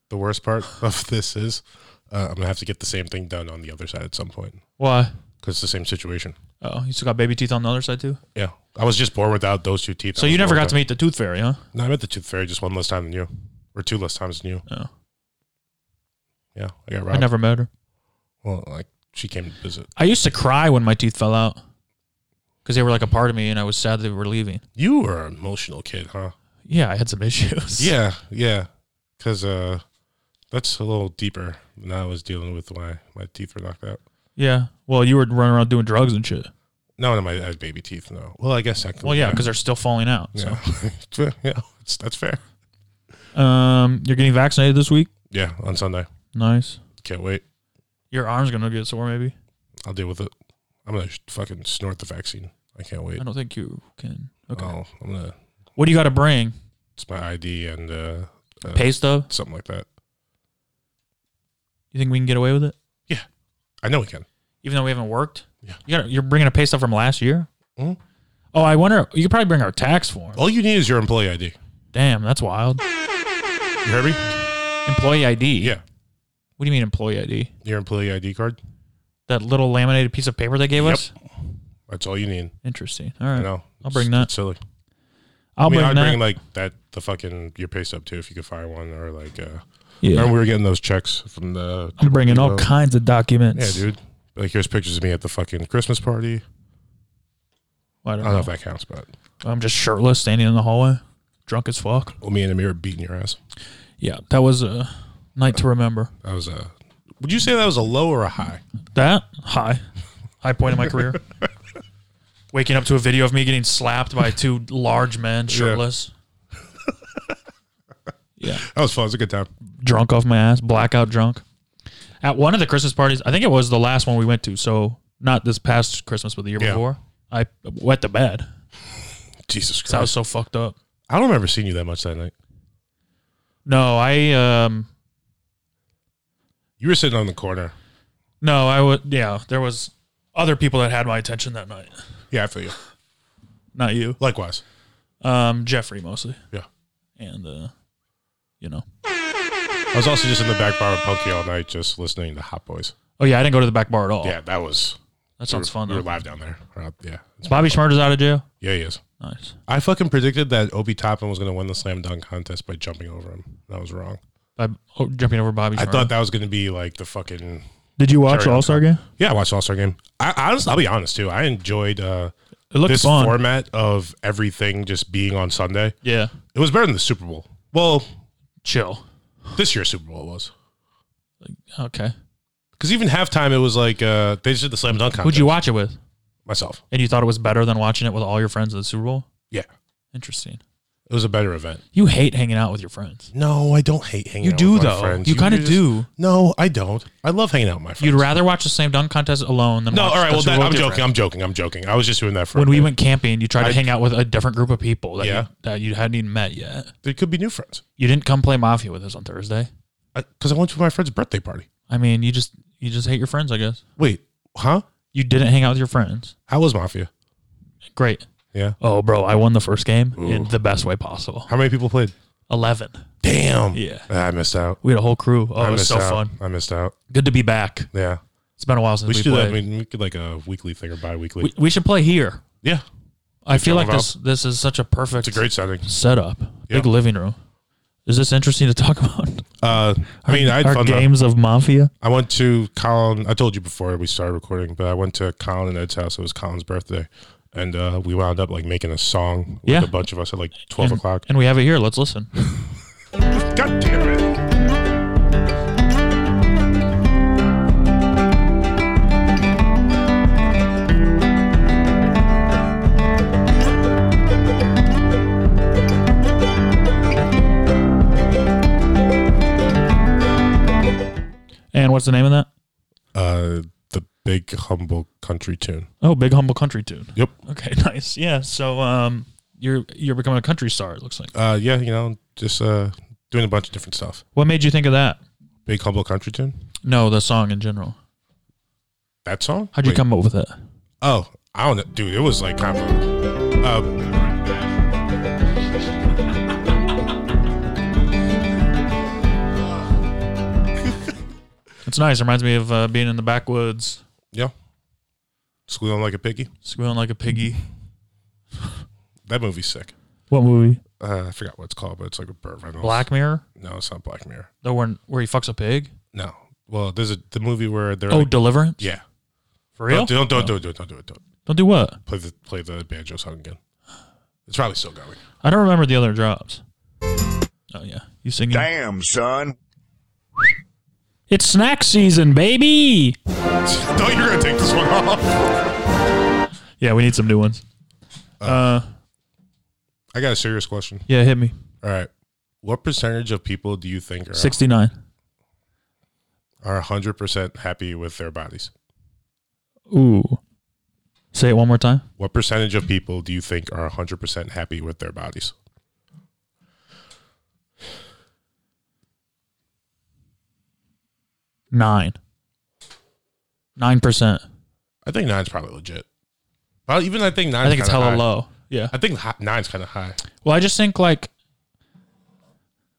the worst part [laughs] of this is uh, I'm gonna have to get the same thing done on the other side at some point
Why?
because it's the same situation.
Oh, you still got baby teeth on the other side too.
Yeah, I was just born without those two teeth.
So you never got to meet the tooth fairy, huh?
No, I met the tooth fairy just one less time than you, or two less times than you.
Oh.
Yeah, I got
I
robbed.
never met her.
Well, like she came to visit.
I used to cry when my teeth fell out because they were like a part of me, and I was sad they were leaving.
You were an emotional kid, huh?
Yeah, I had some issues.
Yeah, yeah. Because uh, that's a little deeper than I was dealing with when I, my teeth were knocked out.
[laughs] yeah. Well, you were running around doing drugs and shit.
No, no, my I had baby teeth. No. Well, I guess I can.
Well, yeah, because they're still falling out.
yeah, [laughs] yeah, it's- that's fair.
So, um, you're getting vaccinated this week.
Yeah, on Sunday.
Nice.
Can't wait.
Your arm's gonna get sore, maybe.
I'll deal with it. I'm gonna sh- fucking snort the vaccine. I can't wait.
I don't think you can. Okay.
Oh, I'm gonna.
What do you got to bring?
It's my ID and uh, uh,
Pay stub.
something like that.
You think we can get away with it,
I know we can.
even though we haven't worked?
Yeah.
You got. You're bringing a pay stub from last year.
Mhm.
Oh, I wonder. You could probably bring our tax form.
All you need is your employee ID.
Damn, that's wild.
You heard me?
Employee ID.
Yeah,
What do you mean employee ID?
your employee ID card.
That little laminated piece of paper they gave
Yep.
us.
That's all you need.
Interesting. All
I
right.
know.
I'll bring
It's-
that.
It's silly.
I'll
I mean,
bring
I'd
that.
bring like that the fucking your pay stub too if you could find one or like. uh Remember
yeah.
we were getting those checks from the.
I'm bringing all
Depot?
kinds of
Yeah,
documents.
dude. Like here's pictures of me at the fucking Christmas party.
Well, I
I
don't
don't know
know.
if that counts, but
I'm just shirtless, standing in the hallway, drunk as fuck.
well, me and Amir beating your ass.
Yeah, that was a night to remember.
That was a. Would you say that was a low or a high?
That high, high point in
[laughs]
my career. Waking up to a video of me getting slapped by two large men, shirtless,
That was fun. It was a good time.
drunk off my ass, blackout drunk. At one of the Christmas parties, I think it was the last one we went to. So not this past Christmas, but the year
Yeah.
before, I wet the bed.
Jesus
So I was
Christ.
so fucked up.
I don't remember seeing you that much that night.
No, I um
You were sitting on the corner.
no, I would yeah, there was other people that had my attention that night.
Yeah, I feel you.
Not you.
Likewise.
Um Jeffrey mostly.
Yeah.
And uh you know.
I was also just in the back bar with Punky all night, just listening to Hot Boys.
Oh yeah, I didn't go to the back bar at all.
Yeah, that was.
That Oh. sounds
we were-
fun
We were
though.
live down there. We're out- Yeah, it's-
Bobby Schmurder's out of jail.
yeah, he is.
Nice.
I fucking predicted that Obi Toppin was going to win the slam dunk contest by jumping over him. That was wrong.
By oh, jumping over Bobby
I
Schmurder.
thought that was going to be like the fucking.
Did you watch
Sorry, I'm
All-Star game?
Yeah, I watched All Star Game. I I honestly, I'll be honest too. I enjoyed uh,
It looked
this
fun.
format of everything just being on Sunday.
yeah.
It was better than the Super Bowl. Well,
Chill.
this year's Super Bowl was.
Okay.
Because even halftime, it was like uh, they just did the slam dunk contest.
Who'd you watch it with?
Myself.
And you thought it was better than watching it with all your friends at the Super Bowl?
Yeah.
Interesting.
It was a better event.
You hate hanging out with your friends.
No, I don't hate hanging
You
out
do,
with my
though.
friends.
You kinda
just-
do.
No, I don't. I love hanging out with my friends.
You'd rather watch the slam dunk contest alone than
No,
watch
all right.
the
Well,
Super
that,
Bowl
I'm
with your
joking.
friends.
I'm joking. I'm joking. I was just doing that for a
When we
minute.
went camping, you tried to
I-
hang out with a different group of people that,
Yeah.
you, that you hadn't even met yet.
There could be new friends.
You didn't come play mafia with us on Thursday.
Because I, went to my friend's birthday party.
I mean, you just you just hate your friends, I guess.
Wait, huh?
You didn't hang out with your friends.
How was Mafia?
Great.
Yeah.
Oh, bro, I won the first game in the best way possible.
How many people played?
Eleven.
Damn.
Yeah.
I missed out.
We had a whole crew. Oh,
I
it was
missed
so
out.
fun.
I missed out.
Good to be back.
Yeah.
It's been a while since
We
we,
should do that.
played.
I mean, we could like a weekly thing or bi weekly.
we, we should play here.
yeah.
I feel like
about-
this this is such a perfect
It's a great setting.
setup. Big
Yeah.
living room. Is this interesting to talk [laughs] about?
Uh, I mean, I had
Our
fun. though.
games of mafia.
I went to Colin. I told you before we started recording, but I went to Colin and Ed's house. It was Colin's birthday, and uh, we wound up like making a song with
Yeah.
a bunch of us at like twelve
And-
o'clock.
And we have it here. Let's listen.
God damn it!
And what's the name of that?
Uh, the big humble country tune.
Oh, Big Humble Country Tune.
Yep.
Okay, [laughs] nice. Yeah. So um you're you're becoming a country star, it looks like.
Uh, yeah, you know, just uh, doing a bunch of different stuff.
What made you think of that?
Big humble country tune.
No, the song in general.
That song.
How'd you
Wait.
come up with it?
Oh, I don't know, dude. It was like kind of. Uh,
It's nice. Reminds me of uh, being in the backwoods,
yeah. Squealing like a piggy.
squealing like a piggy.
That movie's sick.
Mm-hmm. What movie?
Uh, I forgot what it's called, but it's like a Burt Reynolds.
Black Mirror.
No, it's not Black Mirror.
The one where he fucks a pig.
No. Well, there's a the movie where they're
Oh,
like,
Deliverance.
yeah.
For real?
Don't don't, don't do it. Don't do it. Don't
Don't do what?
play the play the banjo song again. It's probably still going. [laughs]
I don't remember the other drops. Oh yeah, you singing?
Damn, son.
It's snack season, baby.
Thought you were gonna take this one off.
Yeah, we need some new ones. Uh,
I got a serious question.
yeah, hit me.
All right, what percentage of people do you think are
Sixty nine.
are hundred percent happy with their bodies?
Ooh. Say it one more time.
What percentage of people do you think are hundred percent happy with their bodies?
Nine. Nine percent.
I think nine's probably legit. Well, even I think nine.
I think it's hella low. Yeah.
I think hi- nine's kind of high.
Well, I just think like,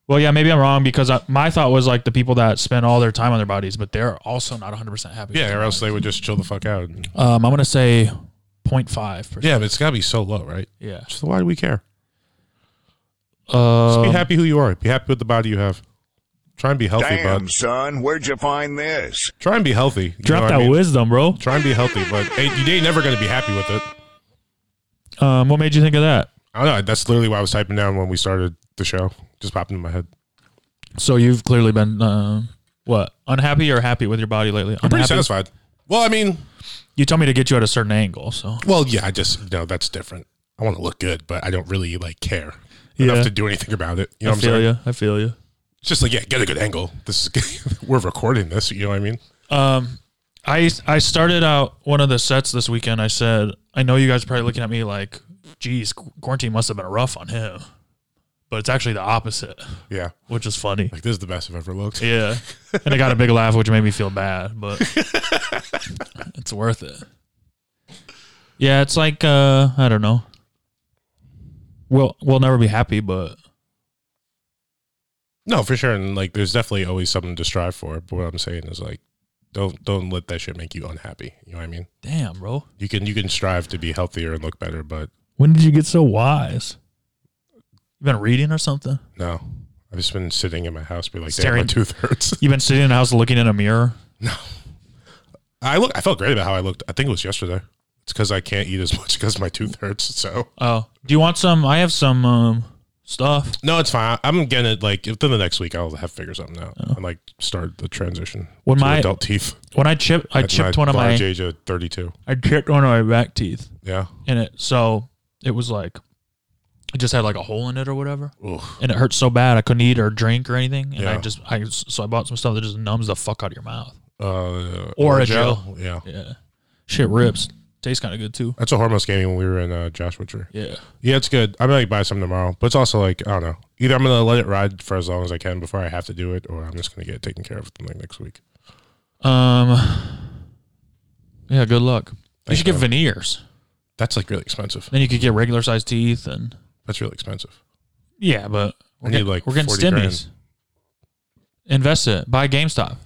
well, yeah, maybe I'm wrong because I, my thought was like the people that spend all their time on their bodies, but they're also not 100 percent happy.
Yeah, or else they would just chill the fuck out.
Um, I'm gonna say 0.5 percent.
Yeah, but it's gotta be so low, right?
Yeah.
So why do we care?
Uh,
Just
Um,
be happy who you are. Be happy with the body you have. Try and be healthy,
Damn,
bud.
son. Where'd you find this?
Try and be healthy. You know
drop
what
that
I mean?
wisdom, bro.
Try and be healthy, but hey, you ain't never gonna be happy with it.
Um, what made you think of that?
I don't know. That's literally why I was typing down when we started the show. Just popped into my head.
So you've clearly been um, what unhappy or happy with your body lately?
I'm pretty
Unhappy?
satisfied. Well, I mean,
You told me to get you at a certain angle, so
well, yeah. I just you know that's different. I want to look good, but I don't really like care
Yeah.
enough to do anything about it. You know
I
what I'm
feel
saying?
you. I feel you.
It's just like yeah, get a good angle. This is [laughs] good. we're recording this. You know what I mean?
Um, I I started out one of the sets this weekend. I said, I know you guys are probably looking at me like, geez, qu- quarantine must have been rough on him, but it's actually the opposite,
Yeah.
which is funny.
Like this is the best I've ever looked.
Yeah, and I got a big laugh, which made me feel bad, but it's worth it. Yeah, it's like uh, I don't know. We'll we'll never be happy, but
No, for sure. And like, there's definitely always something to strive for. But what I'm saying is like, don't don't let that shit make you unhappy. You know what I mean?
damn, bro,
You can you can strive to be healthier and look better, but
when did you get so wise? You been reading or something?
no, I've just been sitting in my house, be like,
Staring.
damn, my tooth hurts.
You've been sitting in the house looking in a mirror.
[laughs] I look, I felt great about how I looked. I think it was yesterday. [laughs] It's because I can't eat as much because my tooth hurts. So
Oh, do you want some? I have some um, stuff.
No, it's fine. I'm getting it like within the next week. I'll have to figure something out and like start the transition.
Oh. When
to
my-
adult teeth,
When I chipped, I
That's
chipped one of my,
large age of 32.
I chipped one of my back teeth
Yeah,
in it, so it was like, it just had like a hole in it or whatever,
Oof.
and it hurt so bad I couldn't eat or drink or anything, and I
Yeah.
just, I so I bought some stuff that just numbs the fuck out of your mouth.
Uh,
Or a
Yeah,
Yeah, shit rips. Tastes kind of good too.
that's what hormones gave me when we were in uh, Joshua Tree.
Yeah,
Yeah, it's good. I might buy some tomorrow, but it's also like I don't know. Either I'm gonna let it ride for as long as I can before I have to do it, or I'm just gonna get it taken care of within, like next week.
Um. Yeah. Good luck. You
Thanks,
should get
man.
veneers.
That's like really expensive.
Then you could get regular sized teeth and.
That's really expensive.
Yeah, but
I
we're
need,
getting,
like,
we're getting
40
stimmies. Invest it. Buy GameStop.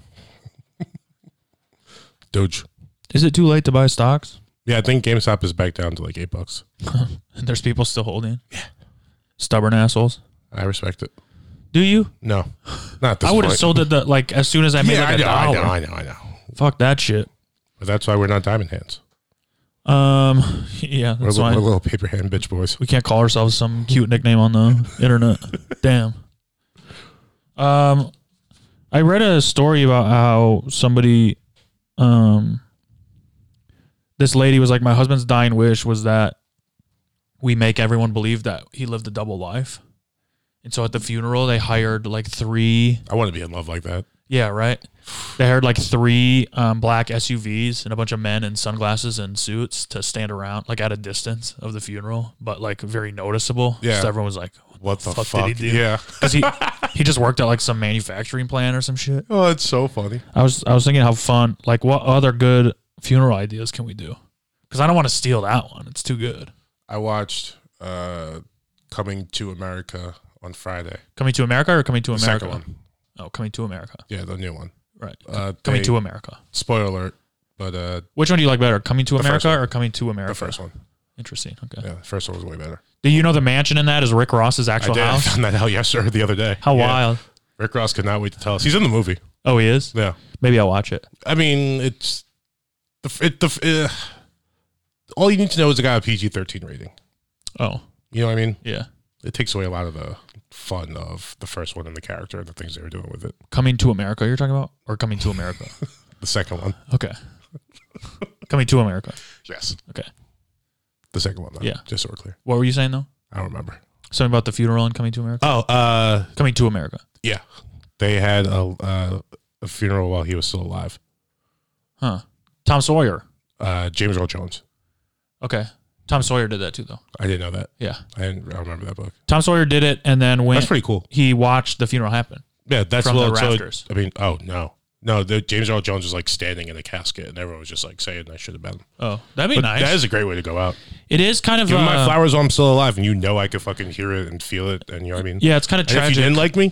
Doge.
Is it too late to buy stocks?
Yeah, I think GameStop is back down to like eight bucks.
And [laughs] there's people still holding. Yeah. Stubborn assholes.
I respect it.
Do you?
No, not at this.
I would have
point.
sold it the, like as soon as I made
Yeah,
like a
I, know,
dollar.
I know, I know, I know.
Fuck that shit.
But that's why we're not diamond hands.
Um. [laughs] Yeah.
We're,
That's
li-
why
we're little paper hand bitch boys. [laughs]
we can't call ourselves some cute nickname on the internet. Damn. Um, I read a story about how somebody, um, this lady was like, my husband's dying wish was that we make everyone believe that he lived a double life. And so at the funeral, they hired like three
I want to be in love like that.
yeah, right. They hired like three um, black SUVs and a bunch of men in sunglasses and suits to stand around, like at a distance of the funeral, but like very noticeable.
Yeah.
So everyone was like,
What the
Fuck,
fuck?
did he do?
Yeah.
because he he just worked at like some manufacturing plant or some shit.
Oh, it's so funny.
I was I was thinking how fun, like what other good funeral ideas can we do? Because I don't want to steal that one. It's too good.
I watched uh, Coming to America on Friday.
Coming to America or coming to
The
America?
second one.
Oh, coming to America.
Yeah, the new one.
Right.
Uh,
coming
they-
to America.
Spoiler alert, but uh,
Which one do you like better? Coming to
The first
America
one.
or coming to America?
the first one.
Interesting. Okay.
Yeah, the first one was way better.
Do you know the mansion in that is Rick Ross's
I
actual
did. I
[laughs] house?
found that out [laughs] yesterday, the other day.
How
Yeah.
wild.
Rick Ross could not wait to tell us. He's in the movie.
Oh, he is?
Yeah.
Maybe I'll watch it.
I mean, it's the f- it, the f- uh, all you need to know is it got a PG thirteen rating.
Oh,
You know what I mean?
yeah.
It takes away a lot of the fun of the first one and the character and the things they were doing with it.
Coming to America, you're talking about? Or coming to America?
The second one,
[laughs] Okay. coming to America.
yes,
Okay.
the second one, though,
Yeah.
just so we're clear.
What were you saying, though?
I don't remember.
Something about the funeral and coming to America?
Oh, uh,
Coming to America.
yeah, they had a uh, a funeral while he was still alive.
Huh. Tom Sawyer.
Uh, James Earl Jones.
Okay. Tom Sawyer did that too, though.
I didn't know that.
Yeah.
I didn't I don't remember that book.
Tom Sawyer did it and then when
That's pretty cool.
he watched the funeral happen.
Yeah, that's
From the
well, so-
rafters.
I mean, oh no, no. The James Earl Jones was like standing in a casket, and everyone was just like saying, "I should have been."
Oh, that'd be
But
nice.
that is a great way to go out.
it is kind of.
Give me my
uh,
flowers while I'm still alive, and you know I could fucking hear it and feel it, and you know what I mean.
yeah, it's kind of
And if
tragic.
you didn't like me,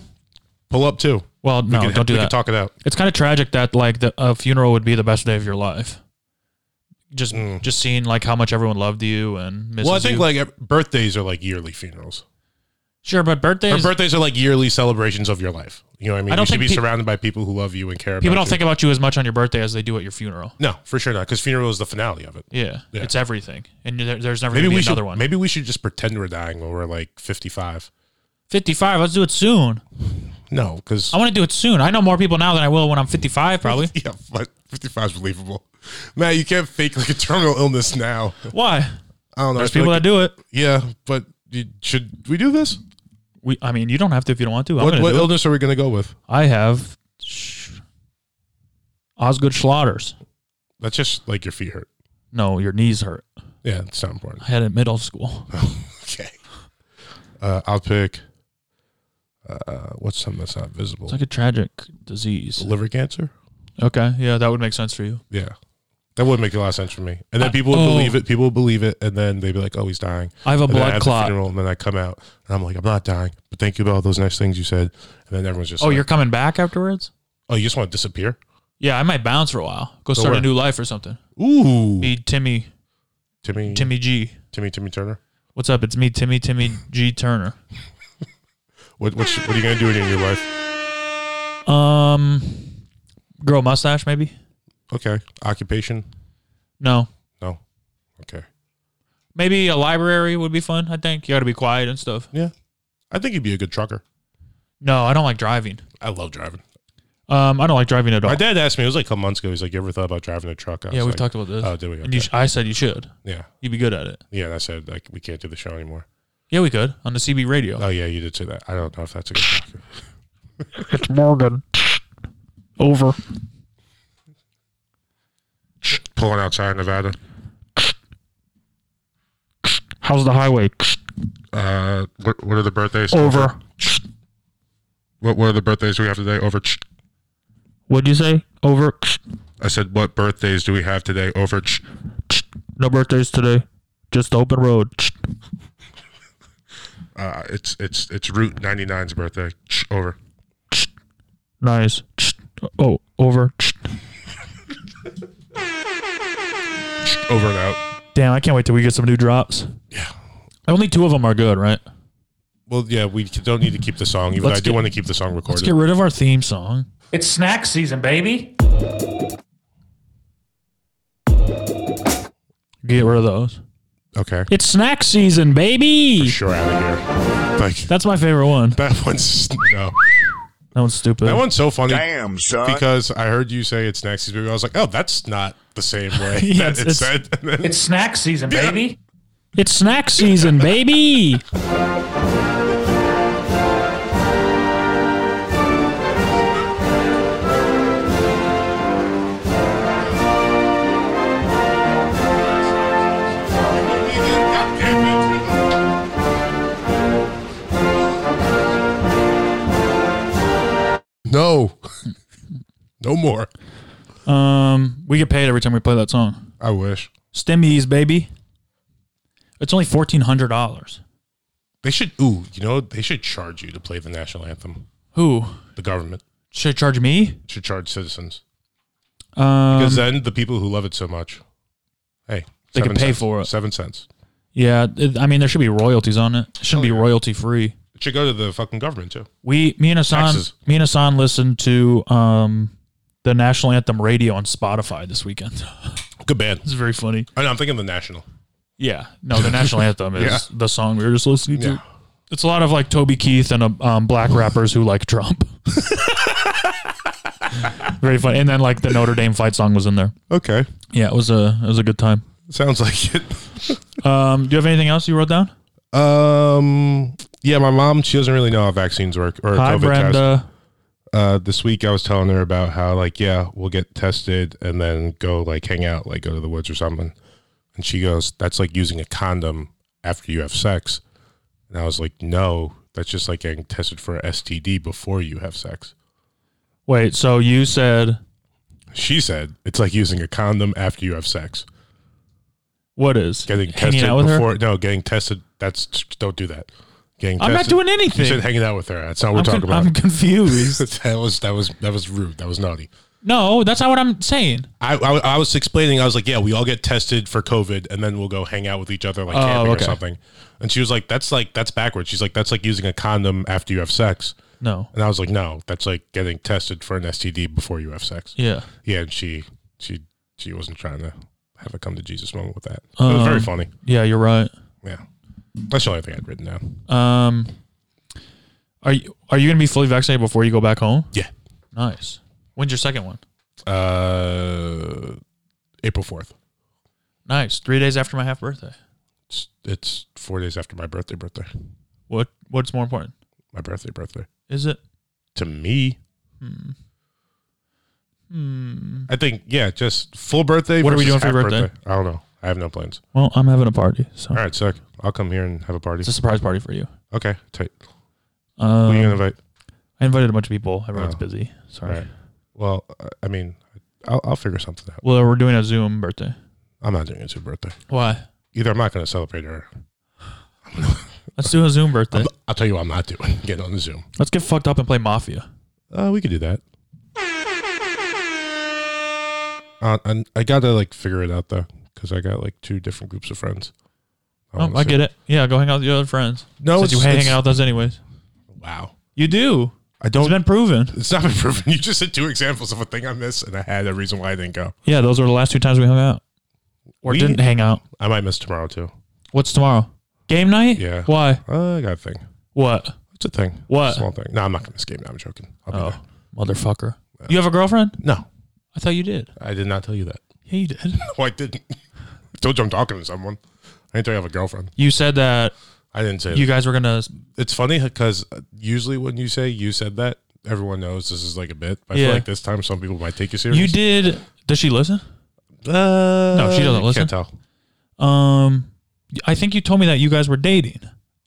pull up too.
well, no,
we could,
don't do
we
that.
could talk it out.
it's kind of tragic that like the, a funeral would be the best day of your life. Just
Mm.
just seeing like how much everyone loved you and misses
well, I think
you.
like ev- birthdays are like yearly funerals.
sure, but
Or
birthdays
birthdays are like yearly celebrations of your life. You know what I mean?
I don't
you should
think
be
pe-
surrounded by people who love you and care.
people
about
don't think about you as much on your birthday as they do at your funeral.
No, for sure not, because funeral is the finale of it.
Yeah,
Yeah.
it's everything, and there, there's never
Maybe
gonna be
we
another
should.
one.
Maybe we should just pretend we're dying when we're like 55.
Fifty five. Let's do it soon.
No, because
I want to do it soon. I know more people now than I will when I'm fifty five, probably.
[laughs] yeah, but 55 is believable. Man, you can't fake like a terminal illness now.
Why?
I don't know.
There's people that do it.
yeah, but you, should we do this?
We, I mean, you don't have to if you don't want to. I'm
What,
gonna
what uh,
do it.
illness are we going to go with?
I have sh- Osgood Schlatters.
That's just like your feet hurt.
No, your knees hurt.
Yeah, it's not
[laughs]
important.
I had it in middle school.
Okay. Uh, I'll pick. Uh, what's something that's not visible?
It's like a tragic disease.
liver cancer.
Okay, yeah, that would make sense for you.
Yeah, that would make a lot of sense for me. And then people would
oh.
believe it. People would believe it, and then they'd be like, "Oh, he's dying."
I have a
And then I
blood
have the
clot.
funeral, and then I come out, and I'm like, "I'm not dying," but thank you about all those nice things you said. And then everyone's just,
Oh,
like,
you're coming back afterwards?
Oh, you just want to disappear?
Yeah, I might bounce for a while. Go start
where?
a new life or something.
Ooh,
Me, Timmy,
Timmy, Timmy,
Timmy G.
Timmy, Timmy Turner.
What's up? It's me, Timmy, Timmy G Turner.
What, what's, what are you gonna do in your life?
Um, grow a mustache maybe?
Okay, occupation?
No,
No. Okay.
maybe a library would be fun. I think you got to be quiet and stuff.
Yeah, I think he'd be a good trucker.
No, I don't like driving.
I love driving.
Um, I don't like driving at all.
My dad asked me. It was like a couple months ago. He's like, "You ever thought about driving a truck?" I
yeah,
was
we've
like,
talked about this.
Oh, did we?
And you
Okay.
sh- I said you should.
yeah,
You'd be good at it.
yeah. And I said like we can't do the show anymore.
Yeah, we could on the CB radio.
Oh yeah, you did say that. I don't know if that's a good trucker.
[laughs] It's Morgan. Over.
Pulling outside Nevada.
How's the highway?
Uh, what, what are the birthdays?
Over.
What What are the birthdays we have today? Over.
What'd you say? Over.
I said, what birthdays do we have today? Over.
No birthdays today. Just open road.
Uh, it's it's it's Route 99's birthday. Over.
Nice. Oh, over.
Over and out.
Damn, I can't wait till we get some new drops.
Yeah.
Only two of them are good, right?
Well, yeah, we don't need to keep the song, even though I
Let's
do
get-
want to keep the song
Let's
recorded.
get rid of our theme song.
It's snack season, baby.
Get rid of those. [laughs]
okay.
It's snack season, baby.
Sure, out of here. Like
That's my favorite
[laughs]
one.
that one's no.
That one's stupid.
That one's so funny
Damn, son.
because I heard you say it's next season. I was like, oh, that's not the same
[laughs]
way
Yeah,
that it's
it's- it's-
said. [laughs] And then-
It's snack season, baby.
It's snack season, baby.
no, [laughs] no more.
Um, we get paid every time we play that song.
I wish
Stimmies, baby. It's only fourteen hundred dollars.
they should. Ooh, you know they should charge you to play the national anthem.
Who
The government
should charge me?
should charge citizens
Um,
because then the people who love it so much, hey,
They can
seven
pay
cents-
for it.
Seven cents.
yeah, it- I mean there should be royalties on it. It shouldn't be royalty free.
It should go to the fucking government too.
We, me and Hassan,
Taxes.
me and Hassan listened to um the national anthem radio on Spotify this weekend. [laughs]
Good band.
It's very funny.
I know, I'm thinking the national.
Yeah, no,
[laughs]
the national anthem is
Yeah.
the song we were just listening to.
Yeah.
It's a lot of like Toby Keith and uh, um, black rappers who like Trump. [laughs] Very funny. And then like the Notre Dame fight song was in there.
Okay,
Yeah, it was a it was a good time.
sounds like it.
Um, do you have anything else you wrote down?
Um, yeah, my mom. She doesn't really know how vaccines work or
Hi,
COVID tests.
Brenda.
uh, this week I was telling her about how like yeah we'll get tested and then go like hang out like go to the woods or something, and she goes that's like using a condom after you have sex, and I was like no that's just like getting tested for a STD before you have sex.
Wait, so you said
She said it's like using a condom after you have sex.
what is
Getting
hanging
tested
out with her?
before no getting tested that's don't do that. Getting
I'm not
tested-
doing
She said
anything.
hanging out with her. That's not what we're
I'm, con-
talking about.
I'm confused.
[laughs] that was that was that was rude. That was naughty.
no, that's not what I'm saying.
I, I, I was explaining, I was like, yeah, we all get tested for COVID and then we'll go hang out with each other like
Oh,
camping
okay.
or something. And she was like, that's like, that's backwards. She's like, that's like using a condom after you have sex.
No.
And I was like, no, that's like getting tested for an STD before you have sex.
Yeah.
Yeah. And she, she, she wasn't trying to have a come to Jesus moment with that. it was very
Um,
funny.
Yeah, you're right.
Yeah. That's the only thing I'd written down.
Um, are you are you gonna be fully vaccinated before you go back home?
Yeah.
Nice. When's your second one?
Uh, April 4th.
Nice. Three days after my half birthday.
It's, it's four days after my birthday, birthday,
What What's more important?
my birthday, birthday.
Is it?
to me.
Hmm.
I think yeah, just full birthday.
What are we
versus
doing for your
half
birthday?
I don't know. I have no plans.
Well, I'm having a party, so
All right, suck. I'll come here and have a party.
it's a surprise party for you.
Okay, tight. Who
Um,
are you gonna invite?
I invited a bunch of people. Everyone's
Oh.
busy.
All
Sorry.
right. Well, uh, I mean, I'll, I'll figure something out.
Well, we're doing a Zoom birthday.
I'm not doing it to your birthday.
Why?
Either I'm not gonna celebrate or
Let's do a Zoom birthday.
I'll tell you what I'm not doing. [laughs] Get on the Zoom.
Let's get fucked up and play Mafia.
Uh, we could do that. Uh, and I gotta like figure it out though, because I got like two different groups of friends.
Oh, I get it. Yeah, go hang out with your other friends.
No,
Since you
it's-
hang
it's-
out with us anyways.
Wow.
You do.
I
It's
don't.
been proven.
It's not [laughs] been proven. You just had two examples of a thing I missed, and I had a reason why I didn't go.
Yeah, those were the last two times we hung out or
We-
didn't hang out.
I might miss tomorrow too.
What's tomorrow? Game night?
Yeah.
Why?
Uh, I got a thing.
What?
It's a thing.
What?
Small thing. No, I'm not going to escape now. I'm joking. I'll be
Oh,
there.
motherfucker. You have a girlfriend?
No,
I thought you did.
I did not tell you that. [laughs]
Yeah, you did.
No, I didn't. [laughs] I told you I'm talking to someone. I didn't tell you I have a girlfriend.
[laughs] You said that
I didn't say
you
that.
guys were gonna.
It's funny because usually when you say you said that, everyone knows this is like a bit. But I
Yeah.
feel like this time some people might take you serious.
You did. Does she listen?
Uh,
No, she doesn't listen.
Can't tell.
Um, I think you told me that you guys were dating.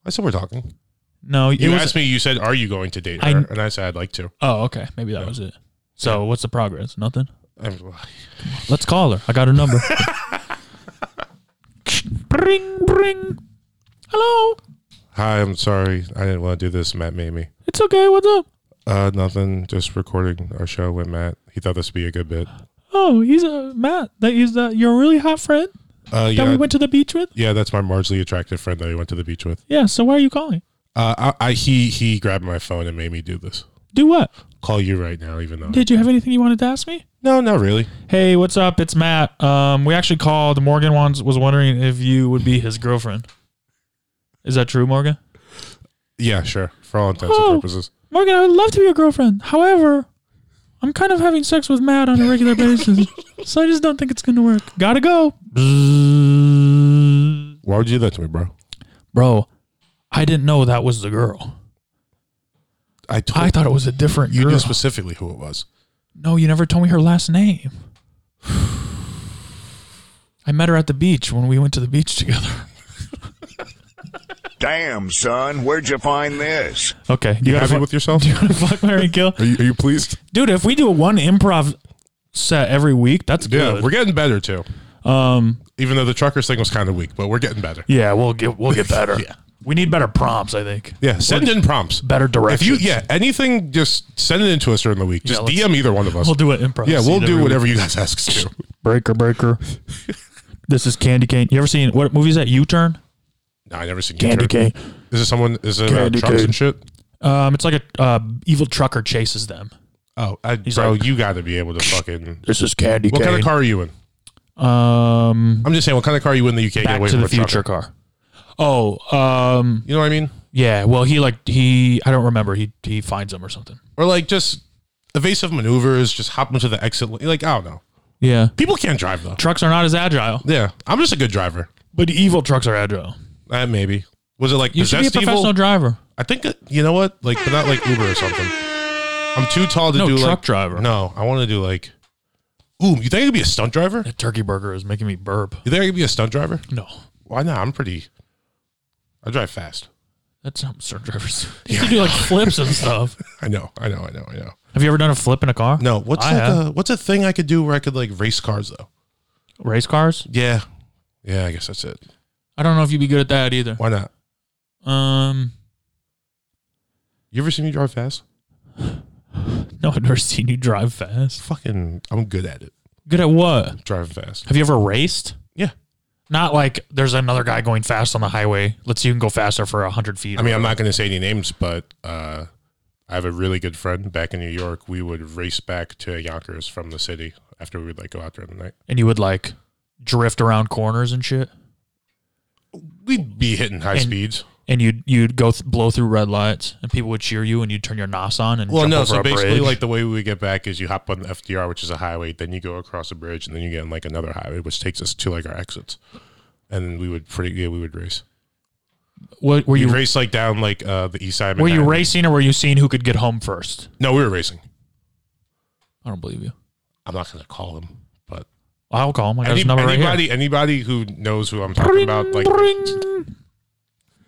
I said we're talking.
No, it
You
was-
asked me. You said, "Are you going to date
I-
her?" and I said, "I'd like to."
Oh, okay. Maybe that was it. So, what's the progress? Nothing.
I'm-
Let's call her. I got her
[laughs]
number. bring, bring. Hello.
Hi, I'm sorry. I didn't want to do this. Matt made me.
It's okay. What's up?
Uh, nothing. Just recording our show with Matt. He thought this would be a good bit.
Oh, he's a Matt. That he's uh, your really hot friend
Uh,
that
yeah,
we went to the beach with.
yeah. That's my marginally attractive friend that I went to the beach with.
Yeah. So why are you calling?
Uh, I, I he he grabbed my phone and made me do this.
Do what?
Call you right now, even though
Did you have anything you wanted to ask me?
no, not really.
Hey, what's up? It's Matt. Um, we actually called. Morgan wants was wondering if you would be his girlfriend. Is that true, Morgan?
Yeah, sure. For all intents
Oh.
and purposes.
Morgan, I would love to be your girlfriend. However, I'm kind of having sex with Matt on a regular [laughs] basis, so I just don't think it's going to work. Gotta go.
Why would you do that to me, bro?
Bro, I didn't know that was the girl.
I told
I thought it was a different
you
girl.
knew specifically who it was.
no, you never told me her last name. I met her at the beach when we went to the beach together.
Damn, son, where'd you find this?
Okay,
You
you, gotta
happy
fuck,
with
[laughs]
yourself?
fuck Mary Kill,
Are you, are you pleased?
dude. If we do one improv set every week, that's
Yeah,
good.
we're getting better too.
um,
Even though the truckers thing was kind of weak, but we're getting better.
yeah, we'll get we'll get [laughs] better. We need better prompts, I think.
Yeah, send in prompts.
Better
If you
directions.
yeah, anything, just send it in to us during the week. Just
let's-
DM either one of us.
We'll do it improv.
yeah, we'll
scene
do
every
whatever
week.
you guys ask us
[laughs]
to.
Breaker, breaker. [laughs] this is Candy Cane. You ever seen what movie is that? U Turn.
No, I never seen
Candy
Cane. Is it someone? Is it uh,
Candy
trucks
cane.
and shit?
Um, it's like a uh, evil trucker chases them.
Oh, I, bro,
like-
you got to be able to fucking.
This is Candy
What kind of car are you in?
car? Um,
I'm just saying, what kind of car are you in that you can't get
Back
away
to
from
the
a trucker?
Future car. Oh, um,
You know what I mean?
yeah. Well, he like he. I don't remember. He he finds them or something.
Or like just evasive maneuvers, just hop into the exit. lane. Like I don't know.
Yeah.
People can't drive though.
Trucks are not as agile,
Yeah, I'm just a good driver.
but evil trucks are agile.
Uh, maybe was it like
You should be a
possessed
professional
evil?
driver.
I think uh, you know what, like, but not like Uber or something. I'm too tall to
No,
do
truck
like
driver.
No, I want to do like. Ooh, you think I could be a stunt driver?
That turkey burger is making me burp.
You think I could be a stunt driver?
No,
Why not? I'm pretty. I drive fast.
that's not certain drivers. You have to do [laughs] like flips and stuff.
I know, I know, I know, I know.
Have you ever done a flip in a car?
No, what's
I
like
have.
a, what's a thing I could do where I could like race cars though?
Race cars?
Yeah, yeah, I guess that's it.
I don't know if you'd be good at that either.
Why not?
Um,
You ever seen me drive fast?
no, I've never seen you drive fast.
Fucking, I'm good at it.
Good at what?
Driving fast.
Have you ever raced?
Yeah.
Not like there's another guy going fast on the highway. Let's see, you can go faster for hundred feet.
I mean, I'm not going to say any names, but uh, I have a really good friend back in New York. We would race back to Yonkers from the city after we would like go out during the night.
and you would like drift around corners and shit.
We'd be hitting high
And-
speeds.
and you'd you'd go th- blow through red lights, and people would cheer you, and you'd turn your nos on and
Well,
jump
no.
over
So
a
basically,
bridge.
like the way we get back is you hop on the FDR, which is a highway, then you go across a bridge, and then you get on like another highway, which takes us to like our exits. And then we would pretty yeah, we would race.
what, were
We
you
would race like down like uh, the east side. Of
were you
Manhattan.
racing or were you seeing who could get home first?
No, we were racing.
I don't believe you.
I'm not gonna call him, but
I'll call him. I got
Any-
his number
anybody
right here.
anybody who knows who I'm talking about, like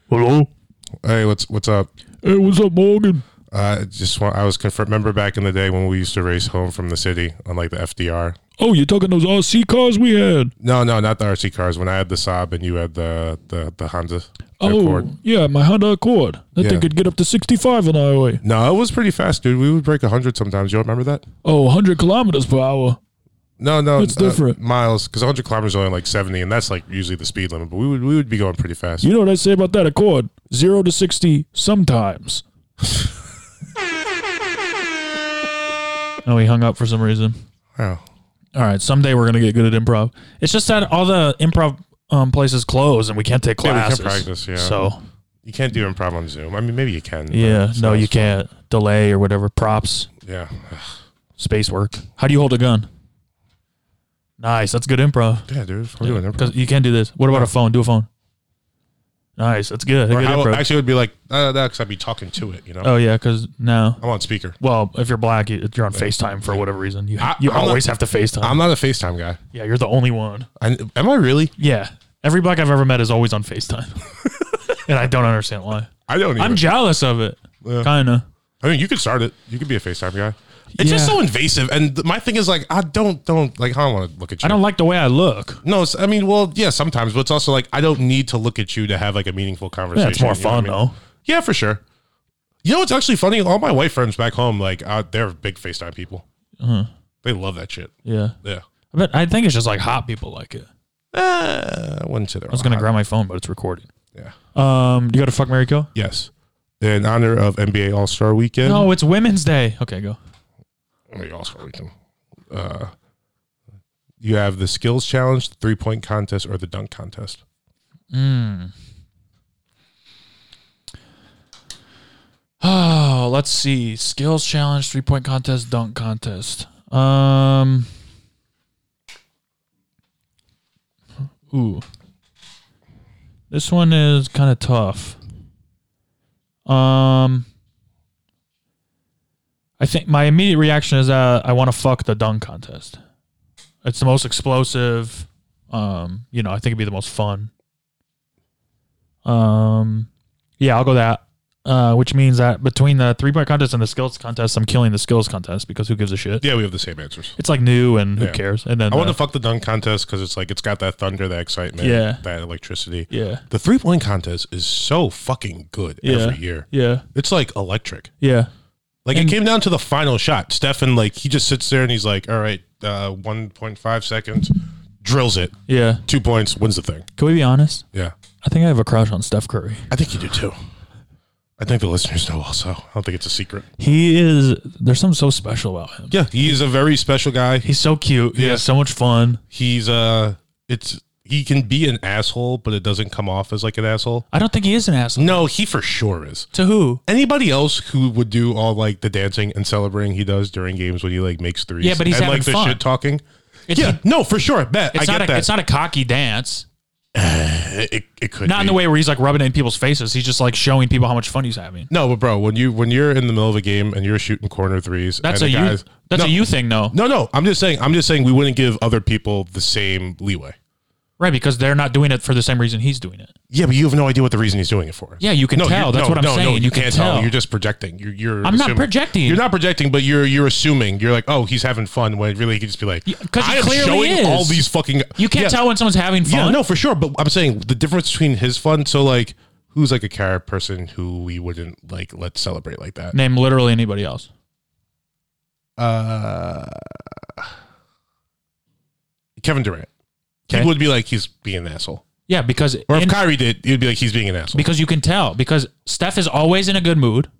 Hello.
hey, what's what's up?
Hey, what's up, Morgan?
Uh, just want, I was confer- remember back in the day when we used to race home from the city on like the FDR.
Oh, you're talking those RC cars we had?
No, no, not the RC cars. When I had the Saab and you had the the, the Honda. Accord.
Oh, yeah, my Honda Accord. That
thing Yeah. could
get up to 65 on the highway.
No, it was pretty fast, dude. We would break hundred sometimes. You don't remember that?
Oh, 100 kilometers per hour.
No, no, uh,
That's different.
miles because hundred kilometers is only like seventy, and that's like usually the speed limit. But we would we would be going pretty fast.
know what I say about that Accord? Zero to 60 sometimes. oh, he hung up for some reason.
Wow.
All right, someday we're gonna get good at improv. It's just that all the improv um, places close and we can't take
Yeah, we can't
classes.
practice, yeah.
So
You can't do improv on Zoom. I mean, maybe you can. but
Yeah,
it's
no,
not
you
as fun.
can't delay or whatever. Props,
Yeah.
space work. How do you hold a gun? Nice, that's good improv.
Yeah, dude. I'm doing improv.
Because you can't do this. What about a phone? Do a phone. Nice, that's good.
Or
good
how-
improv.
actually, it would be like, uh, that because I'd be talking to it, you know?
oh yeah, because no.
I'm on speaker.
Well, if you're black, you- you're on Facetime for whatever reason. You
I-
you
I'm not-
always have to Facetime.
I'm not a FaceTime guy.
yeah, you're the only one.
I, am I really?
Yeah, every black I've ever met is always on Facetime,
[laughs]
and I don't understand why.
I don't even.
I'm jealous of it.
Yeah.
Kinda.
I mean, you could start it. You could be a FaceTime guy. It's just
Yeah.
so invasive. And th- my thing is like, I don't, don't, like, I don't want to look at you.
I don't like the way I look.
No, it's, I mean, well, yeah, sometimes, but it's also like, I don't need to look at you to have like a meaningful conversation.
Yeah, it's more
you know what I
fun
mean?
though.
Yeah, for sure. You know what's actually funny? All my white friends back home, like, uh, they're big FaceTime people.
Uh-huh.
They love that shit.
Yeah.
Yeah.
I bet I think it's just like hot people like it. I
Uh, I wouldn't say they're. I
Eh. was gonna grab my phone, but it's recording.
Yeah.
Um, you got to fuck Mary Kill?
Yes, in honor of NBA All Star Weekend.
No, it's Women's Day. Okay, go.
NBA All Star Weekend. Uh, you have the skills challenge, three point contest, or the dunk contest.
Oh, let's see. Skills challenge, three point contest, dunk contest. Um. Ooh. This one is kind of tough. Um. I think my immediate reaction is uh, I want to fuck the dunk contest. It's the most explosive. Um, you know, I think it'd be the most fun. Um, yeah, I'll go that. Uh, which means that between the three point contest and the skills contest, I'm killing the skills contest because who gives a shit?
Yeah, we have the same answers.
It's like new and who
Yeah.
cares? And then
I want
the-
to fuck the dunk contest because it's like it's got that thunder, that excitement,
Yeah.
that electricity.
yeah,
The three point contest is so fucking good
yeah,
every year.
yeah,
It's like electric.
yeah.
Like
And-
it came down to the final shot. Stefan, like he just sits there and he's like, "All right, uh, one point five seconds, drills it,
Yeah.
two points, wins the thing."
Can we be honest?
Yeah,
I think I have a crush on Steph Curry.
I think you do too. I think the listeners know also. I don't think it's a secret.
He is. There's something so special about him.
Yeah, he's a very special guy.
He's so cute. He
Yeah.
has so much fun.
He's uh, it's he can be an asshole, but it doesn't come off as like an asshole.
I don't think he is an asshole.
No, he for sure is.
To who?
Anybody else who would do all like the dancing and celebrating he does during games when he like makes threes?
Yeah, but he's
and,
having
like the
fun.
shit talking.
It's,
Yeah, no, for sure. I bet
It's
I get
not a,
that.
It's not a cocky dance.
it, it, it could
Not in
be.
the way where he's like rubbing it in people's faces. He's just like showing people how much fun he's having.
No, but bro, when you when you're in the middle of a game and you're shooting corner threes,
That's
and
a
the
you.
guys-
that's
no,
a you thing though,
No, no, I'm just saying. I'm just saying we wouldn't give other people the same leeway.
right? Because they're not doing it for the same reason he's doing it.
Yeah, but you have no idea what the reason he's doing it for.
Yeah, you can tell. That's what I'm saying. You can tell.
You're just projecting. You're. you're
I'm not
assuming.
projecting.
You're not projecting, but you're you're assuming. You're like, oh, he's having fun. When really, he could just be like,
'cause he
I am
clearly
showing
is.
all these fucking.
You can't
Yeah.
tell when someone's having fun.
Yeah, no, for sure. But I'm saying the difference between his fun. So like, who's like a carrot person who we wouldn't like let celebrate like that?
Name literally anybody else.
Uh, Kevin Durant.
Okay.
He would be like he's being an asshole.
Yeah, because
Or if
in-
Kyrie did, he'd be like he's being an asshole.
because you can tell because Steph is always in a good mood,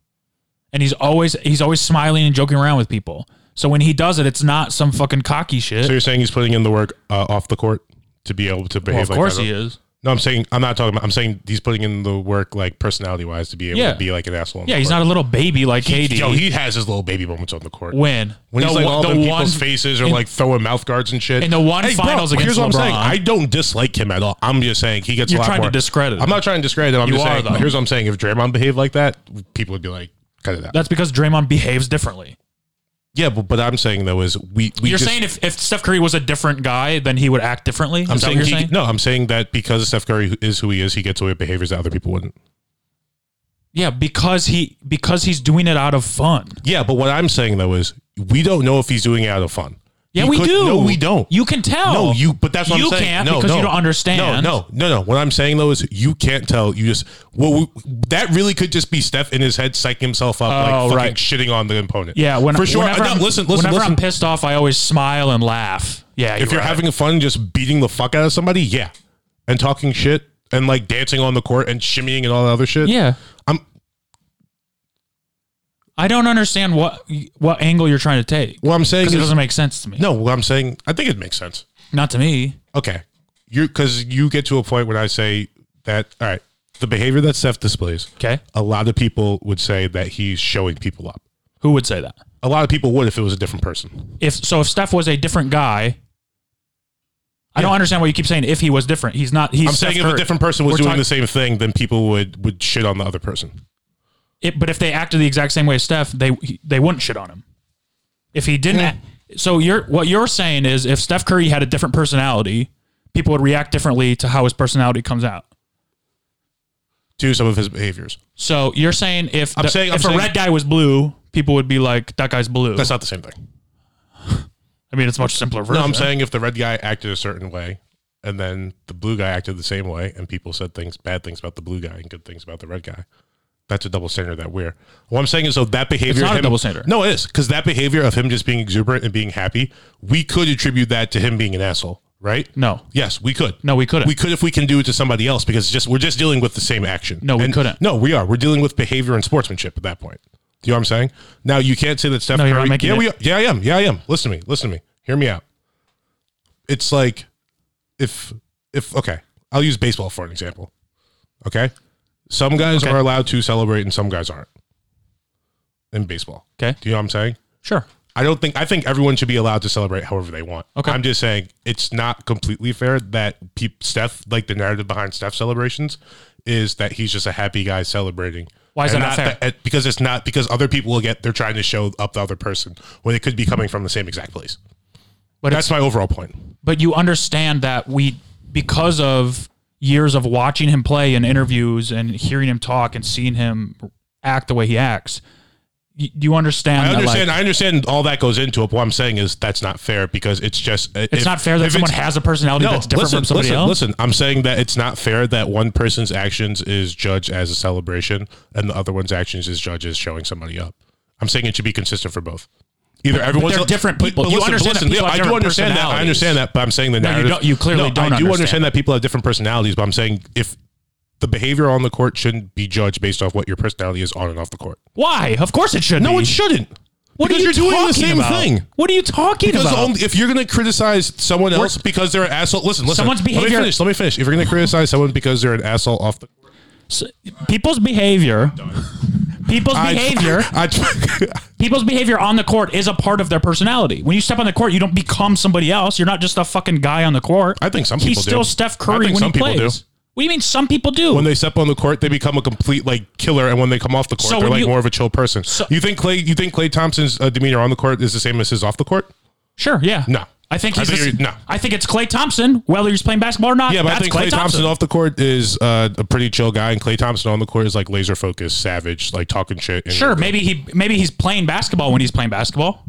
and he's always he's always smiling and joking around with people. So when he does it, it's not some fucking cocky shit.
so you're saying he's putting in the work uh, off the court to be able to
well,
behave
of course
like that?
he is.
No, I'm saying I'm not talking about I'm saying he's putting in the work like personality wise to be able
Yeah.
to be like an asshole. on
Yeah,
the
he's
court.
not a little baby like
He-
KD.
Yo, he has his little baby moments on the court.
when
when he's like
one-
all up in people's
one-
faces or
in-
like throwing mouth guards and shit.
in the one finals against
here's what I'm saying.
LeBron.
I don't dislike him at all. I'm just saying he gets.
You're
a lot
trying to
more-
discredit
I'm not trying to discredit him. I'm
You
just
are,
saying.
though.
Here's what I'm saying. If Draymond behaved like that, people would be like, cut it out.
that's because Draymond behaves differently.
yeah, but, but I'm saying though is we. we
you're
just-
saying if, if Steph Curry was a different guy, then he would act differently. Is
I'm
that what
saying,
you're
he,
saying?
no. I'm saying that because Steph Curry is who he is, he gets away with behaviors that other people wouldn't.
Yeah, because he because he's doing it out of fun.
Yeah, but what I'm saying though is we don't know if he's doing it out of fun.
Yeah,
He
we
could-
do.
No, we don't.
You can tell.
No, you. But that's what
you
I'm saying.
can't
no,
because
no.
you don't understand.
No, no, no, no. What I'm saying though is you can't tell. You just well, we, that really could just be Steph in his head psyching himself up, like
Oh,
fucking
right.
shitting on the opponent.
Yeah, when,
for sure.
Whenever,
No,
I'm,
listen, listen,
whenever
listen.
I'm pissed off, I always smile and laugh. Yeah,
if you're
right.
having fun, just beating the fuck out of somebody, yeah, and talking shit and like dancing on the court and shimmying and all that other shit.
yeah,
I'm.
I don't understand what what angle you're trying to take
What I'm saying
because
is
it doesn't make sense to me.
no. What I'm saying, I think it makes sense.
not to me.
okay, you because you get to a point when I say that. All right, the behavior that Seth displays,
Okay.
a lot of people would say that he's showing people up.
Who would say that?
A lot of people would if it was a different person.
If so, if Steph was a different guy, I don't understand why you keep saying if he was different. He's not. He's
I'm saying
Steph
if
Curry.
a different person was
We're
doing
talking-
the same thing, then people would would shit on the other person.
It, but if they acted the exact same way as Steph, they he- they wouldn't shit on him. If he didn't, act- so you're what you're saying is if Steph Curry had a different personality, people would react differently to how his personality comes out.
To some of his behaviors,
So you're saying if
I'm
the-
saying- I'm
if
saying-
a red guy was blue, people would be like that guy's blue.
that's not the same thing.
I mean, it's a much simpler version.
No, I'm saying if the red guy acted a certain way, and then the blue guy acted the same way, and people said things bad things about the blue guy and good things about the red guy. That's a double standard that we're. What I'm saying is, so that behavior.
not
of
a
him-
double standard.
No, it is because that behavior of him just being exuberant and being happy, we could attribute that to him being an asshole, right?
no,
Yes, we could.
no, we couldn't.
We could if we can do it to somebody else because it's just we're just dealing with the same action.
No, we
And-
couldn't.
No, we are. We're dealing with behavior and sportsmanship at that point. Do you know what I'm saying? Now you can't say that Steph
No, you're
Curry.
not making
yeah,
it.
we. Are. Yeah, I am. Yeah, I am. Listen to me. Listen to me. Hear me out. It's like if if okay, I'll use baseball for an example. Okay, some guys
Okay.
are allowed to celebrate and some guys aren't. In baseball,
okay,
do you know what I'm saying?
sure.
I don't think I think everyone should be allowed to celebrate however they want.
Okay.
I'm just saying it's not completely fair that peop, Steph like the narrative behind Steph's celebrations is that he's just a happy guy celebrating.
Why is
And
that not fair?
that- because it's not because other people will get they're trying to show up the other person when it could be coming from the same exact place.
But
That's my overall point.
but you understand that we because of years of watching him play in interviews and hearing him talk and seeing him act the way he acts you, you
I
understand, that, like,
understand. I understand all that goes into it. But what I'm saying is that's not fair because it's just
it's not fair that someone has a personality that's different
listen,
from somebody
listen,
else
Listen, I'm saying that it's not fair that one person's actions is judged as a celebration and the other one's actions is judged as showing somebody up. I'm saying it should be consistent for both. Either everyone's
they're different people. You understand that people have
I do
different
understand that. I
personalities.
understand that, but I'm saying the
No, you
narrative.
don't- you clearly
No,
don't
I do
understand
understand
that.
that people have different personalities, but I'm saying if the behavior on the court shouldn't be judged based off what your personality is on and off the court.
why of course it should
No,
be.
it shouldn't.
what
because
are you
you're doing the
talking
same
about?
thing.
what are you talking
Because
about
only, if you're going to criticize someone else because they're an asshole, listen, listen.
Someone's
Let me
behavior-
finish. Let me finish. If you're going to criticize someone because they're an asshole off the [laughs]
people's behavior people's behavior
I, [laughs] I-
people's behavior on the court is a part of their personality when you step on the court you don't become somebody else you're not just a fucking guy on the court
I think some
he's
people do.
still steph curry
I think
when
some
he
people
plays
do.
what do you mean some people do
when they step on the court, they become a complete like killer, and when they come off the court,
So
they're
when
like
you-
more of a chill person. you think Clay? You think Clay Thompson's uh, demeanor on the court is the same as his off the court?
Sure. Yeah.
No.
I think
I
he's. I
think
think,
you're- no.
I think it's Clay Thompson, whether he's playing basketball or not.
Yeah, but I
that's
think Clay, Thompson. off the court is uh, a pretty chill guy, and Clay Thompson on the court is like laser focused, savage, like talking shit. and-
Sure. Maybe he. Maybe he's playing basketball when he's playing basketball.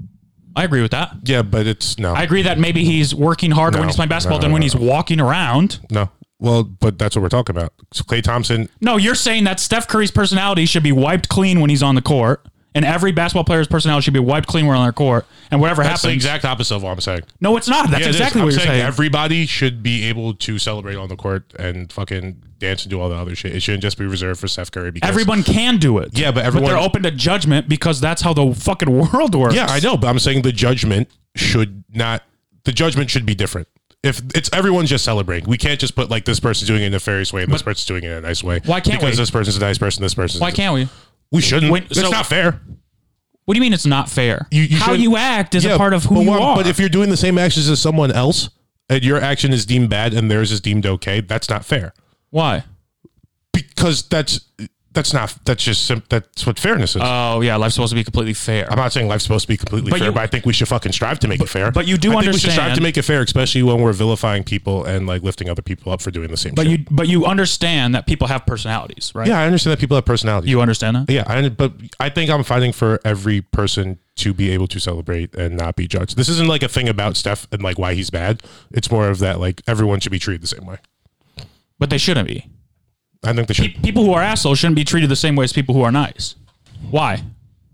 I agree with that.
Yeah, but it's no,
I agree that maybe he's working harder
No,
when he's playing basketball
no,
than when
no,
he's walking around.
no. Well, but that's what we're talking about. So Clay Thompson
No, you're saying that Steph Curry's personality should be wiped clean when he's on the court, and every basketball player's personality should be wiped clean when on their court, and whatever
That's the
happens.
exact opposite of what I'm saying.
no, it's not. That's
Yeah, it is.
exactly
I'm
what you're saying.
Everybody should be able to celebrate on the court and fucking dance and do all the other shit. It shouldn't just be reserved for Steph Curry. Because
Everyone can do it.
Yeah, but
But
everyone-
they're open to judgment because that's how the fucking [laughs] world works.
Yeah, I know, but I'm saying the judgment should not. The judgment should be different. If it's everyone's just celebrating, we can't just put like this person's doing it in a nefarious way and this person's doing it in a nice way.
Why can't
because
we?
this person's a nice person, this person's
Why can't we?
we shouldn't?
When-
That's
so-
not fair.
What do you mean it's not fair?
You- you
How
shouldn't-
you act is
Yeah,
a part of who
but
you
what-
are.
But if you're doing the same actions as someone else and your action is deemed bad and theirs is deemed okay, that's not fair.
Why?
because that's that's not that's just sim- that's what fairness is.
Oh yeah, life's supposed to be completely fair.
I'm not saying life's supposed to be completely
But
fair,
you-
but I think we should fucking strive to make it fair.
but you do
I think we should strive
understand-
to make it fair, especially when we're vilifying people and like lifting other people up for doing the same.
But
shit.
you but you understand that people have personalities, right?
yeah, I understand that people have personalities.
You understand that?
yeah, I, but I think I'm fighting for every person to be able to celebrate and not be judged. This isn't like a thing about Steph and like why he's bad. It's more of that like everyone should be treated the same way.
But they shouldn't be.
I think they should.
Pe- people who are assholes shouldn't be treated the same way as people who are nice. Why?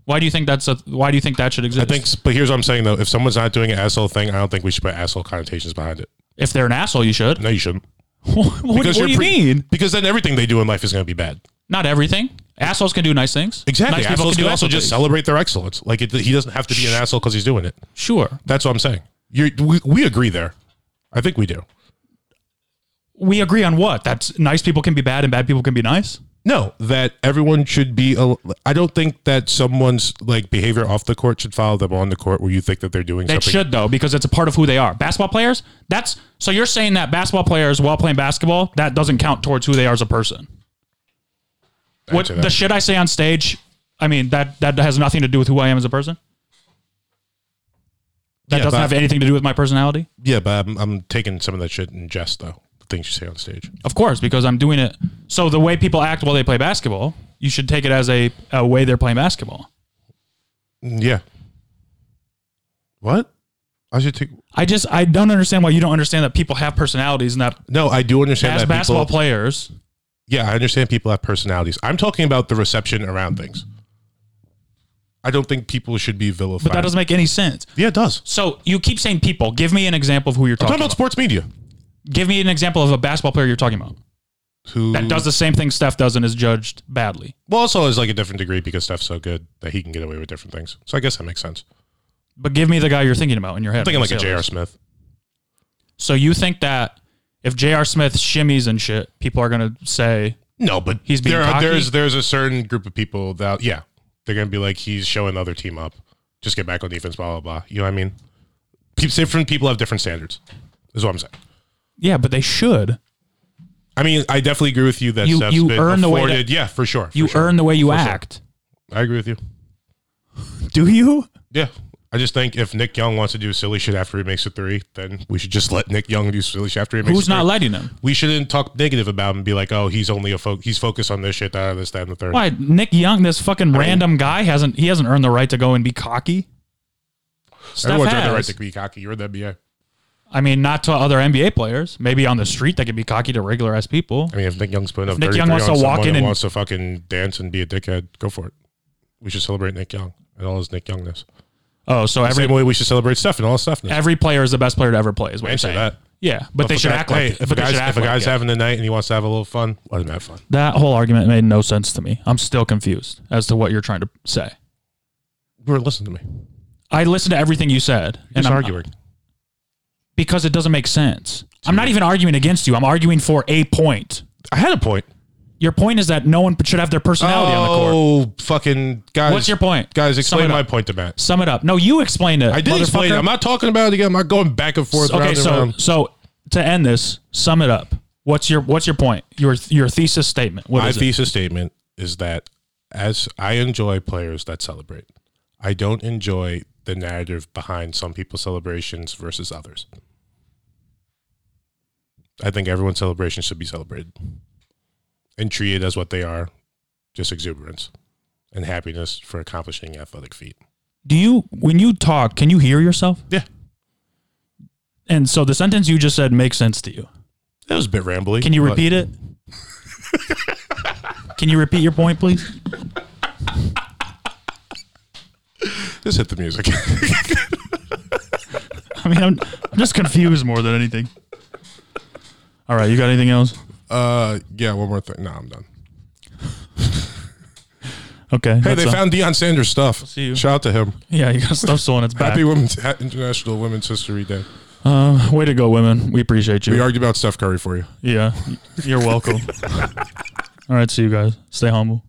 Why do you think that's a why do you think that should exist?
I think, s- but here's what I'm saying though: if someone's not doing an asshole thing, I don't think we should put asshole connotations behind it.
if they're an asshole, you should. [laughs]
No, you shouldn't.
what what do
Because you're
you
pre-
mean?
Because then everything they do in life is going to be bad.
Not everything. Assholes can do nice things.
Exactly.
Nice people
Assholes
can
can
do
also
asshole
just
things.
celebrate their excellence. Like it, he doesn't have to be an asshole because he's doing it.
Sure.
That's what I'm saying. You're, we, we agree there. I think we do.
we agree on what? That's nice people can be bad and bad people can be nice.
No, that everyone should be. al- I don't think that someone's like behavior off the court should follow them on the court, where you think that they're doing
That
something.
should though, because it's a part of who they are. Basketball players. That's so you're saying that basketball players, while playing basketball, that doesn't count towards who they are as a person. What
Answer that.
the shit I say on stage? I mean that that has nothing to do with who I am as a person. That
Yeah,
doesn't
but-
have anything to do with my personality,
Yeah, but I'm, I'm taking some of that shit in jest though. The things you say on stage.
of course, because I'm doing it. So the way people act while they play basketball, you should take it as a, a way they're playing basketball.
Mm, Yeah. What? I should take.
I just I don't understand why you don't understand that people have personalities and that
No, I do understand
as
that
basketball
people.
players.
yeah, I understand people have personalities. I'm talking about the reception around things. I don't think people should be vilified.
But that doesn't make any sense.
yeah, it does.
So you keep saying people. Give me an example of who you're
I'm
talking
talking
about.
about sports media.
Give me an example of a basketball player you're talking about
Who
that does the same thing Steph does and is judged badly.
Well, also is like a different degree because Steph's so good that he can get away with different things. So I guess that makes sense.
But give me the guy you're thinking about in your head.
I'm thinking like a
Let's see how
J.R.
this-
Smith.
So you think that if J.R. Smith shimmies and shit, people are gonna say
No, but
He's being
there are,
cocky?
there's there's a certain group of people that yeah they're gonna be like he's showing the other team up. Just get back on defense. Blah blah blah. You know what I mean? Pe- Different people have different standards. Is what I'm saying.
Yeah, but they should.
I mean, I definitely agree with you that
You-
Steph's
you
been
earn the way
afforded-
that-
yeah, for sure. for
You
sure.
earn the way you
For sure.
act.
I agree with you.
Do you?
Yeah. I just think if Nick Young wants to do silly shit after he makes a three, then we should just let Nick Young do silly shit after he makes a
Who's
three.
not letting him?
we shouldn't talk negative about him and be like, oh, he's only a fo- he's focused on this shit, that, this, that, and the third.
Why Nick Young, this fucking random guy, hasn't he hasn't earned the right to go and be cocky? Steph
Everyone's
has.
earned the right to be cocky. You're in the NBA.
I mean, not to other NBA players. Maybe on the street they could be cocky to regular ass people.
I mean, if Nick Young's putting up
Nick
33
Young wants
on
to walk
someone
in
and
and-
wants to fucking dance and be a dickhead, go for it. We should celebrate Nick Young and all his Nick Youngness.
Oh, so every
Same way we should celebrate Steph and all his Stephness.
every player is the best player to ever play. Is
I
what you're
ain't say
saying?
that.
Yeah, but, they
if a
should
guy-
act like
hey, if a
but they
guy's,
should act
if a
like
guy's
it.
having a night and he wants to have a little fun, let him have fun.
that whole argument made no sense to me. I'm still confused as to what you're trying to say.
We're listening to me.
I listened to everything you said,
Just
I'm
arguing.
because it doesn't make sense. I'm not even arguing against you. I'm arguing for a point.
I had a point.
Your point is that no one should have their personality on the court.
oh, fucking guys.
What's your point?
Guys,
Sum
explain
it
my
up.
point to Matt.
Sum it up. No, you explained it.
I did explain it.
motherfucker.
I'm not talking about it again. I'm not going back and forth. round
okay,
and
so
round.
so to end this, sum it up. What's your what's your point? Your your thesis statement. What
my
is it?
thesis statement is that as I enjoy players that celebrate, I don't enjoy the narrative behind some people's celebrations versus others. I think everyone's celebration should be celebrated and treated as what they are, just exuberance and happiness for accomplishing athletic feat.
Do you when you talk, can you hear yourself?
Yeah,
And so the sentence you just said makes sense to you.
that was a bit rambly.
Can you
but-
repeat it? Can you repeat your point, please?
Just hit the music. [laughs]
I mean, I'm, I'm just confused more than anything. All right, you got anything else?
uh, yeah, one more thing. No, I'm done.
Okay.
Hey,
that's
they
all.
found Deion Sanders stuff.
see you.
Shout out to him.
yeah, you got stuff stolen. It's back.
Happy Women's Ha- International Women's History Day.
Way to go, women. We appreciate you.
We argued about Steph Curry for you.
yeah,
[laughs]
you're welcome. all right, see you guys. Stay humble.